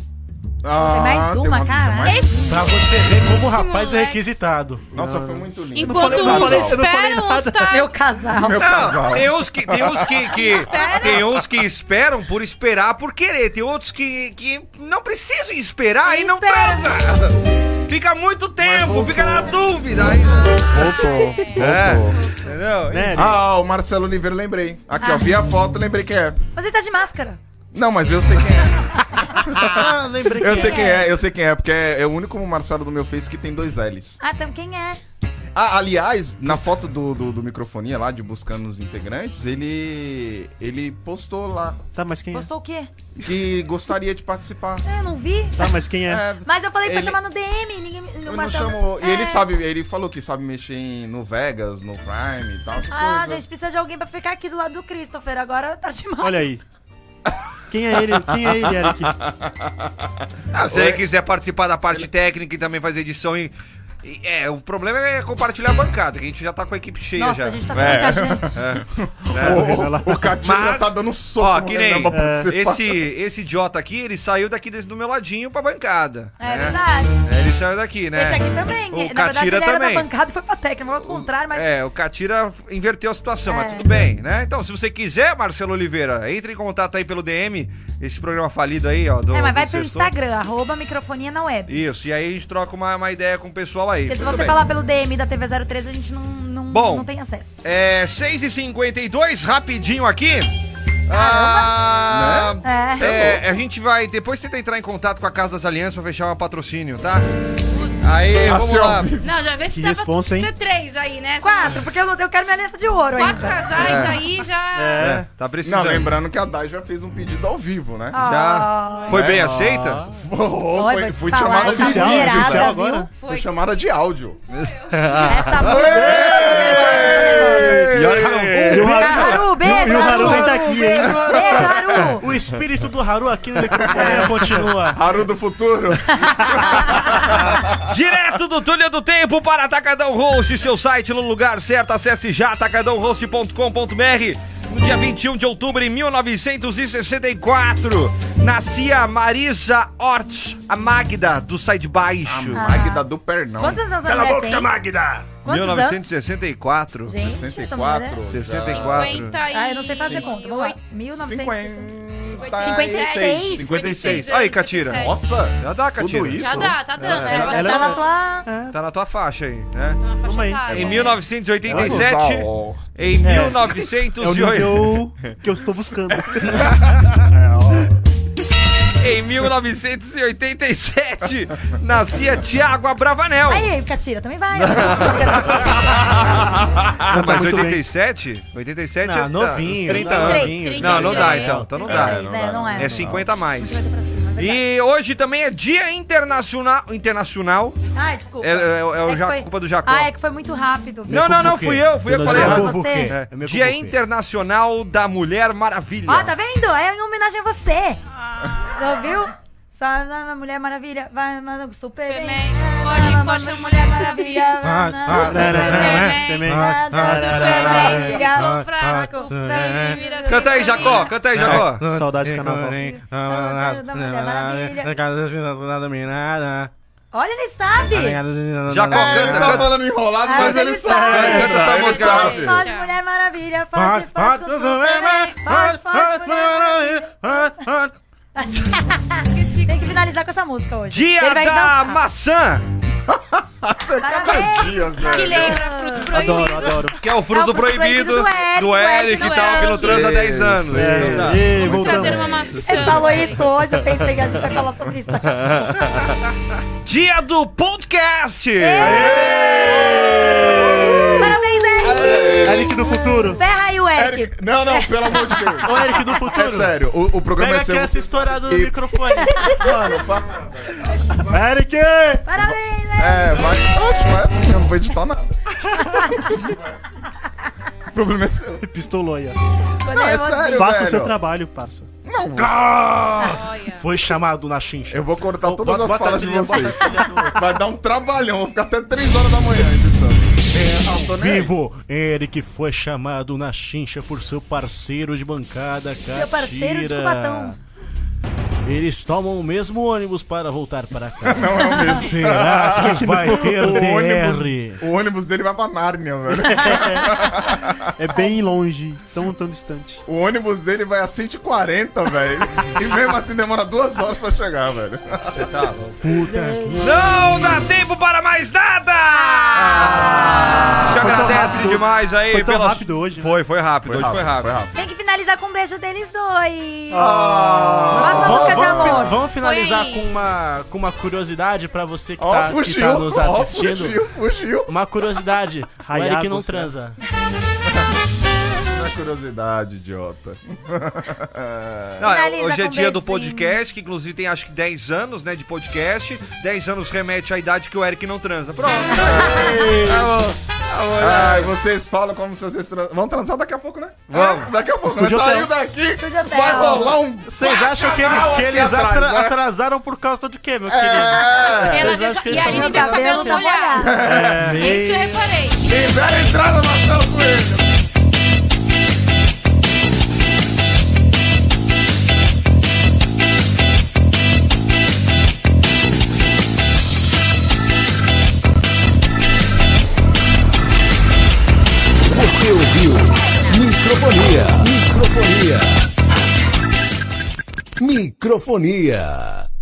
F: Ah,
E: Tem mais uma,
F: tem
E: cara.
F: mais-
H: Esse
I: Pra você ver como o rapaz é
H: moleque.
I: requisitado.
F: Nossa, foi muito lindo.
H: Enquanto
G: Eu não
H: uns
G: falei- eu não falei
H: esperam, outros tá...
E: Meu casal.
F: Meu
D: Não,
F: casal.
D: tem uns que, tem uns que, que-
H: Espera.
D: tem uns que esperam por esperar por querer, tem outros que, que não precisam esperar e,
E: E
D: não
E: espera.
D: transam. Fica muito tempo, fica na dúvida. Aí...
F: Voltou. É.
D: Entendeu?
F: Né, Ah, o Marcelo Oliveira, lembrei. Aqui, ó. Vi a foto, lembrei quem é.
E: Mas ele tá de máscara.
F: Não, mas eu sei quem é.
I: Ah, lembrei
F: Eu sei quem é, eu sei quem é, porque é, é o único Marcelo do meu Face que tem dois L's.
E: Ah, então quem é?
F: Ah, aliás, na foto do, do, do microfonia lá, de buscando os integrantes, ele. ele postou lá
G: Tá, mas quem é?
E: Postou o quê?
F: que gostaria de participar.
E: Eu não vi.
G: Tá, mas quem é?
F: É,
E: Mas eu falei pra
F: Ele-
E: chamar no É. DM, ninguém me.
F: eu não chamou. E ele sabe, ele falou que sabe mexer em- no Vegas, no Prime e tal, essas
E: Ah,
F: coisas.
E: gente, precisa de alguém pra ficar aqui do lado do Christopher. Agora tá de máscara.
G: Olha aí. Quem é ele? Quem é ele, Eric?
D: Ah, se ele quiser participar da parte técnica e também fazer edição e. e- É, o problema é compartilhar a bancada, que a gente já tá com a equipe cheia
E: Nossa,
D: já.
E: a gente tá com
F: É. né?
E: muita gente.
D: É,
F: O, o, o Catinho já
D: Mas-
F: tá dando soco
D: Ó,
F: no
D: que
F: Renan
D: nem
F: pra participar.
D: esse, esse idiota aqui, ele saiu daqui desse, do meu ladinho pra bancada.
E: É
D: né?
E: verdade.
D: É, ele saiu daqui, né?
E: Esse aqui também.
D: O
E: Na verdade,
D: Catira
E: ele era
D: também.
E: da bancada e foi pra técnica. Mas ao contrário, mas.
D: É, o Catira inverteu a situação, mas
E: É.
D: tudo bem, né? Então, se você quiser, Marcelo Oliveira, entre em contato aí pelo DM, esse programa falido aí, ó. Do,
E: É, mas vai
D: do
E: pro
D: Sextou.
E: Instagram, arroba microfonia na web.
D: Isso, e aí a gente troca uma, uma ideia com o pessoal aí.
E: Porque se
D: tudo
E: você
D: bem.
E: falar pelo DM da TV 013, a gente não, não,
D: Bom.
E: não tem acesso.
D: É, 6h52, rapidinho aqui. Ah,
E: Né?
D: é, a gente vai depois tentar entrar em contato com a Casa das Alianças pra fechar um patrocínio, tá? Aí,
F: Ah,
D: vamos
F: seu
D: lá.
H: Não, já vê se
G: Que
H: dá
G: responsa,
H: pra
G: hein?
H: ser três aí, né?
E: Quatro, porque eu, não- eu quero minha aliança de ouro
H: Quatro
E: ainda.
G: É.
H: casais aí já.
D: É, tá
F: Não,
D: precisando.
F: lembrando que a Dai já fez um pedido ao vivo, né?
E: Ah.
D: Já. Foi bem aceita?
F: Pô,
E: Olha,
F: foi
E: vou te
F: foi
E: falar,
F: chamada
E: essa
F: de
G: oficial,
F: vídeo,
E: mulherada,
G: oficial
F: né?
G: agora?
E: viu?
F: Foi
H: Foi.
F: chamada de áudio.
E: Essa é mulher.
F: E
G: E o
E: Beijo,
G: Haru,
E: Haru, beijo,
G: e o Haru
E: Haru.
G: nem tá aqui, hein?
E: Beijo, Haru.
I: O espírito do Haru aqui no microfone continua.
F: Haru do futuro.
D: Direto do Túlio do Tempo para Atacadão Host, seu site no lugar certo. Acesse já atacadãohost.com.br. No dia 21 de outubro de 1964, nascia Marisa Orts, a Magda do Sai de Baixo.
F: Magda do Pernão.
E: Quantos Ah. anos a mulher tem?
I: Magda!
E: Quantos anos?
D: 1964.
E: Gente, essa mulher
F: 64.
E: é-
D: 64.
H: 50 e...
E: Ah, eu não sei fazer conta. Vamos lá. 1960. 56.
D: 56. Aí, Catira.
F: Nossa,
D: Já dá, Catira.
F: Tudo isso?
H: Já dá, tá dando.
G: Ela- é
H: Ela,
G: ela-
E: Tá na tua...
D: Tá na tua faixa aí, né?
G: Vamos aí.
E: É.
D: Em
F: anos
D: 1987,
F: da hora.
D: em
G: É. É o
D: 1908.
G: nível que eu estou buscando.
D: Em 1987, nascia Tiago Abravanel.
E: Aí, Catira, também vai.
D: Ah, mas
G: muito bem.
D: 87? 87 é-
I: tá Não, novinho.
D: 30
I: não,
D: anos.
I: novinho.
D: Não, não dá então. Então não dá.
E: 33, é, não é.
D: É 50 a mais.
E: E...
D: E hoje também é Dia Internacional. Internacional.
E: Ai, desculpa.
D: É, é- é o
E: que
D: Ja-
E: foi-
D: culpa do Jacó.
E: Ah, é que foi muito rápido.
D: Não, não, não,
I: Por quê?
D: fui eu, fui eu que falei
E: Jacó.
D: errado.
E: errado.
I: Por quê?
E: Você.
I: É, minha culpa,
D: né? Dia
I: por quê?
D: Internacional da Mulher Maravilha.
E: Ó, tá vendo? É em homenagem a você. Ouviu? Só a Mulher Maravilha. Vai, um mano, super bem.
H: Superman. Foge, foge da Mulher Maravilha.
E: Ah, um
H: Superman.
E: ah,
H: Superman. Ficou fraco. Superman virou
D: Canta aí,
H: Superman.
D: Jacó, canta aí, Jacó.
G: Saudades de carnaval.
E: Tá Ah, Olha, ele sabe.
D: Jacó,
F: É, ele tá falando enrolado,
E: Ah,
F: mas ele sabe.
D: Canta essa
F: Ele
D: música,
F: sabe.
E: Foge, Mulher Maravilha. ah, Foge, foge do Superman. Foge, foge, Mulher Maravilha. Tem que finalizar com essa música hoje.
D: Dia
E: Ele vai
D: da
E: dançar.
D: maçã,
F: Isso é cada
E: Parabéns.
F: dia,
H: Que
F: velho.
H: lembra fruto
G: Adoro,
H: proibido.
G: adoro.
D: que é o
E: É o
D: fruto
E: fruto proibido
D: proibido do
E: do Eric, do
D: Eric e
H: Eric.
D: tal, que não transa há 10 anos.
F: Isso,
D: É,
F: isso.
D: não dá.
G: Ei,
H: Vamos trazer uma
G: voltamos.
H: maçã.
E: Ele falou isso hoje, eu pensei que a gente vai falar sobre isso.
D: Dia do podcast!
E: É. Parabéns, Eric!
G: Eric do futuro.
E: Ferra aí o Eric.
F: Eric, não, não, pelo amor de
I: Ô,
F: Deus.
I: Eric do
F: É
I: futuro.
F: sério, o, o programa
I: Pega
F: é
I: aqui
F: seu.
I: essa estourada do
F: E-
I: microfone.
F: Mano, para.
G: Eric!
E: Parabéns, Eric!
F: É, vai. Oxe, vai assim, eu não vou editar nada. O problema é seu.
G: Pistolou aí, ó.
F: Não, é sério,
G: Faça o
F: velho.
G: seu trabalho, parça.
H: Olha.
I: Foi chamado na chincha.
F: Eu vou cortar todas
I: Bota-
F: as
I: bota
F: falas
I: a
F: de
I: trilha, bota a
F: vocês.
I: trilha do-
F: Vai dar um trabalhão, vou ficar até 3 horas da manhã editando. É,
I: Vivo, Eric foi chamado na chincha por seu parceiro de bancada, Catira.
E: Meu parceiro de Cubatão.
I: Eles tomam o mesmo ônibus para voltar para casa.
F: Não é o mesmo.
I: Será que vai ter
F: o
I: DR?
F: ônibus, o ônibus dele vai pra Nárnia, velho.
G: É bem longe, tão, tão distante.
F: O ônibus dele vai a 140, velho. E mesmo assim demora duas horas pra chegar, velho. Você
D: tá louco.
G: Puta.
D: Não dá tempo para mais nada!
E: Ah.
D: Te agradece demais aí.
G: Foi tão
D: pelas-
G: rápido
I: né?
G: hoje.
D: Foi, foi rápido.
F: Foi
D: hoje foi
F: rápido,
D: rápido.
F: foi
E: Tem que finalizar com um beijo deles dois.
F: Ah,
E: Bota
I: Ah.
E: a
I: Vamos-
E: música de
I: vamos,
E: amor.
I: fi- vamos finalizar
H: Foi.
I: com uma, com uma curiosidade pra você que,
F: Ó,
I: tá, que
F: fugiu,
I: tá nos
F: ó,
I: assistindo.
F: fugiu, fugiu.
I: Uma curiosidade. O Eric
G: Hayago,
I: não
G: será?
I: transa.
F: Na curiosidade, idiota.
D: Não,
E: Finaliza
D: hoje é
E: com
D: dia do
E: beijinho.
D: podcast, que inclusive tem acho que 10 anos, né, de podcast. 10 anos remete à idade que o Eric não transa. Pronto. Tá bom. Tá bom, né?
F: Ai, vocês falam como se vocês trans... vão transar daqui a pouco, né?
D: Vamos.
F: Ah, Daqui a pouco,
G: Estúdio
F: né?
G: Hotel.
F: Saiu daqui,
E: Estúdio Hotel.
F: vai rolar um.
I: Vocês acham que,
F: bacanal
I: que
F: aqui
I: eles
F: atrás,
I: atra-
F: né?
I: atrasaram por causa do quê, meu querido?
F: É!
H: Ela
I: Mas
H: viu
I: acho que
H: e
I: eles
H: a
I: tão
H: Aline viu o cabelo
E: Tá
H: molhado.
I: É,
H: Isso eu reparei.
F: Libera a entrada, Marcelo Coelho!
J: Você ouviu? Microfonia. Microfonia. Microfonia.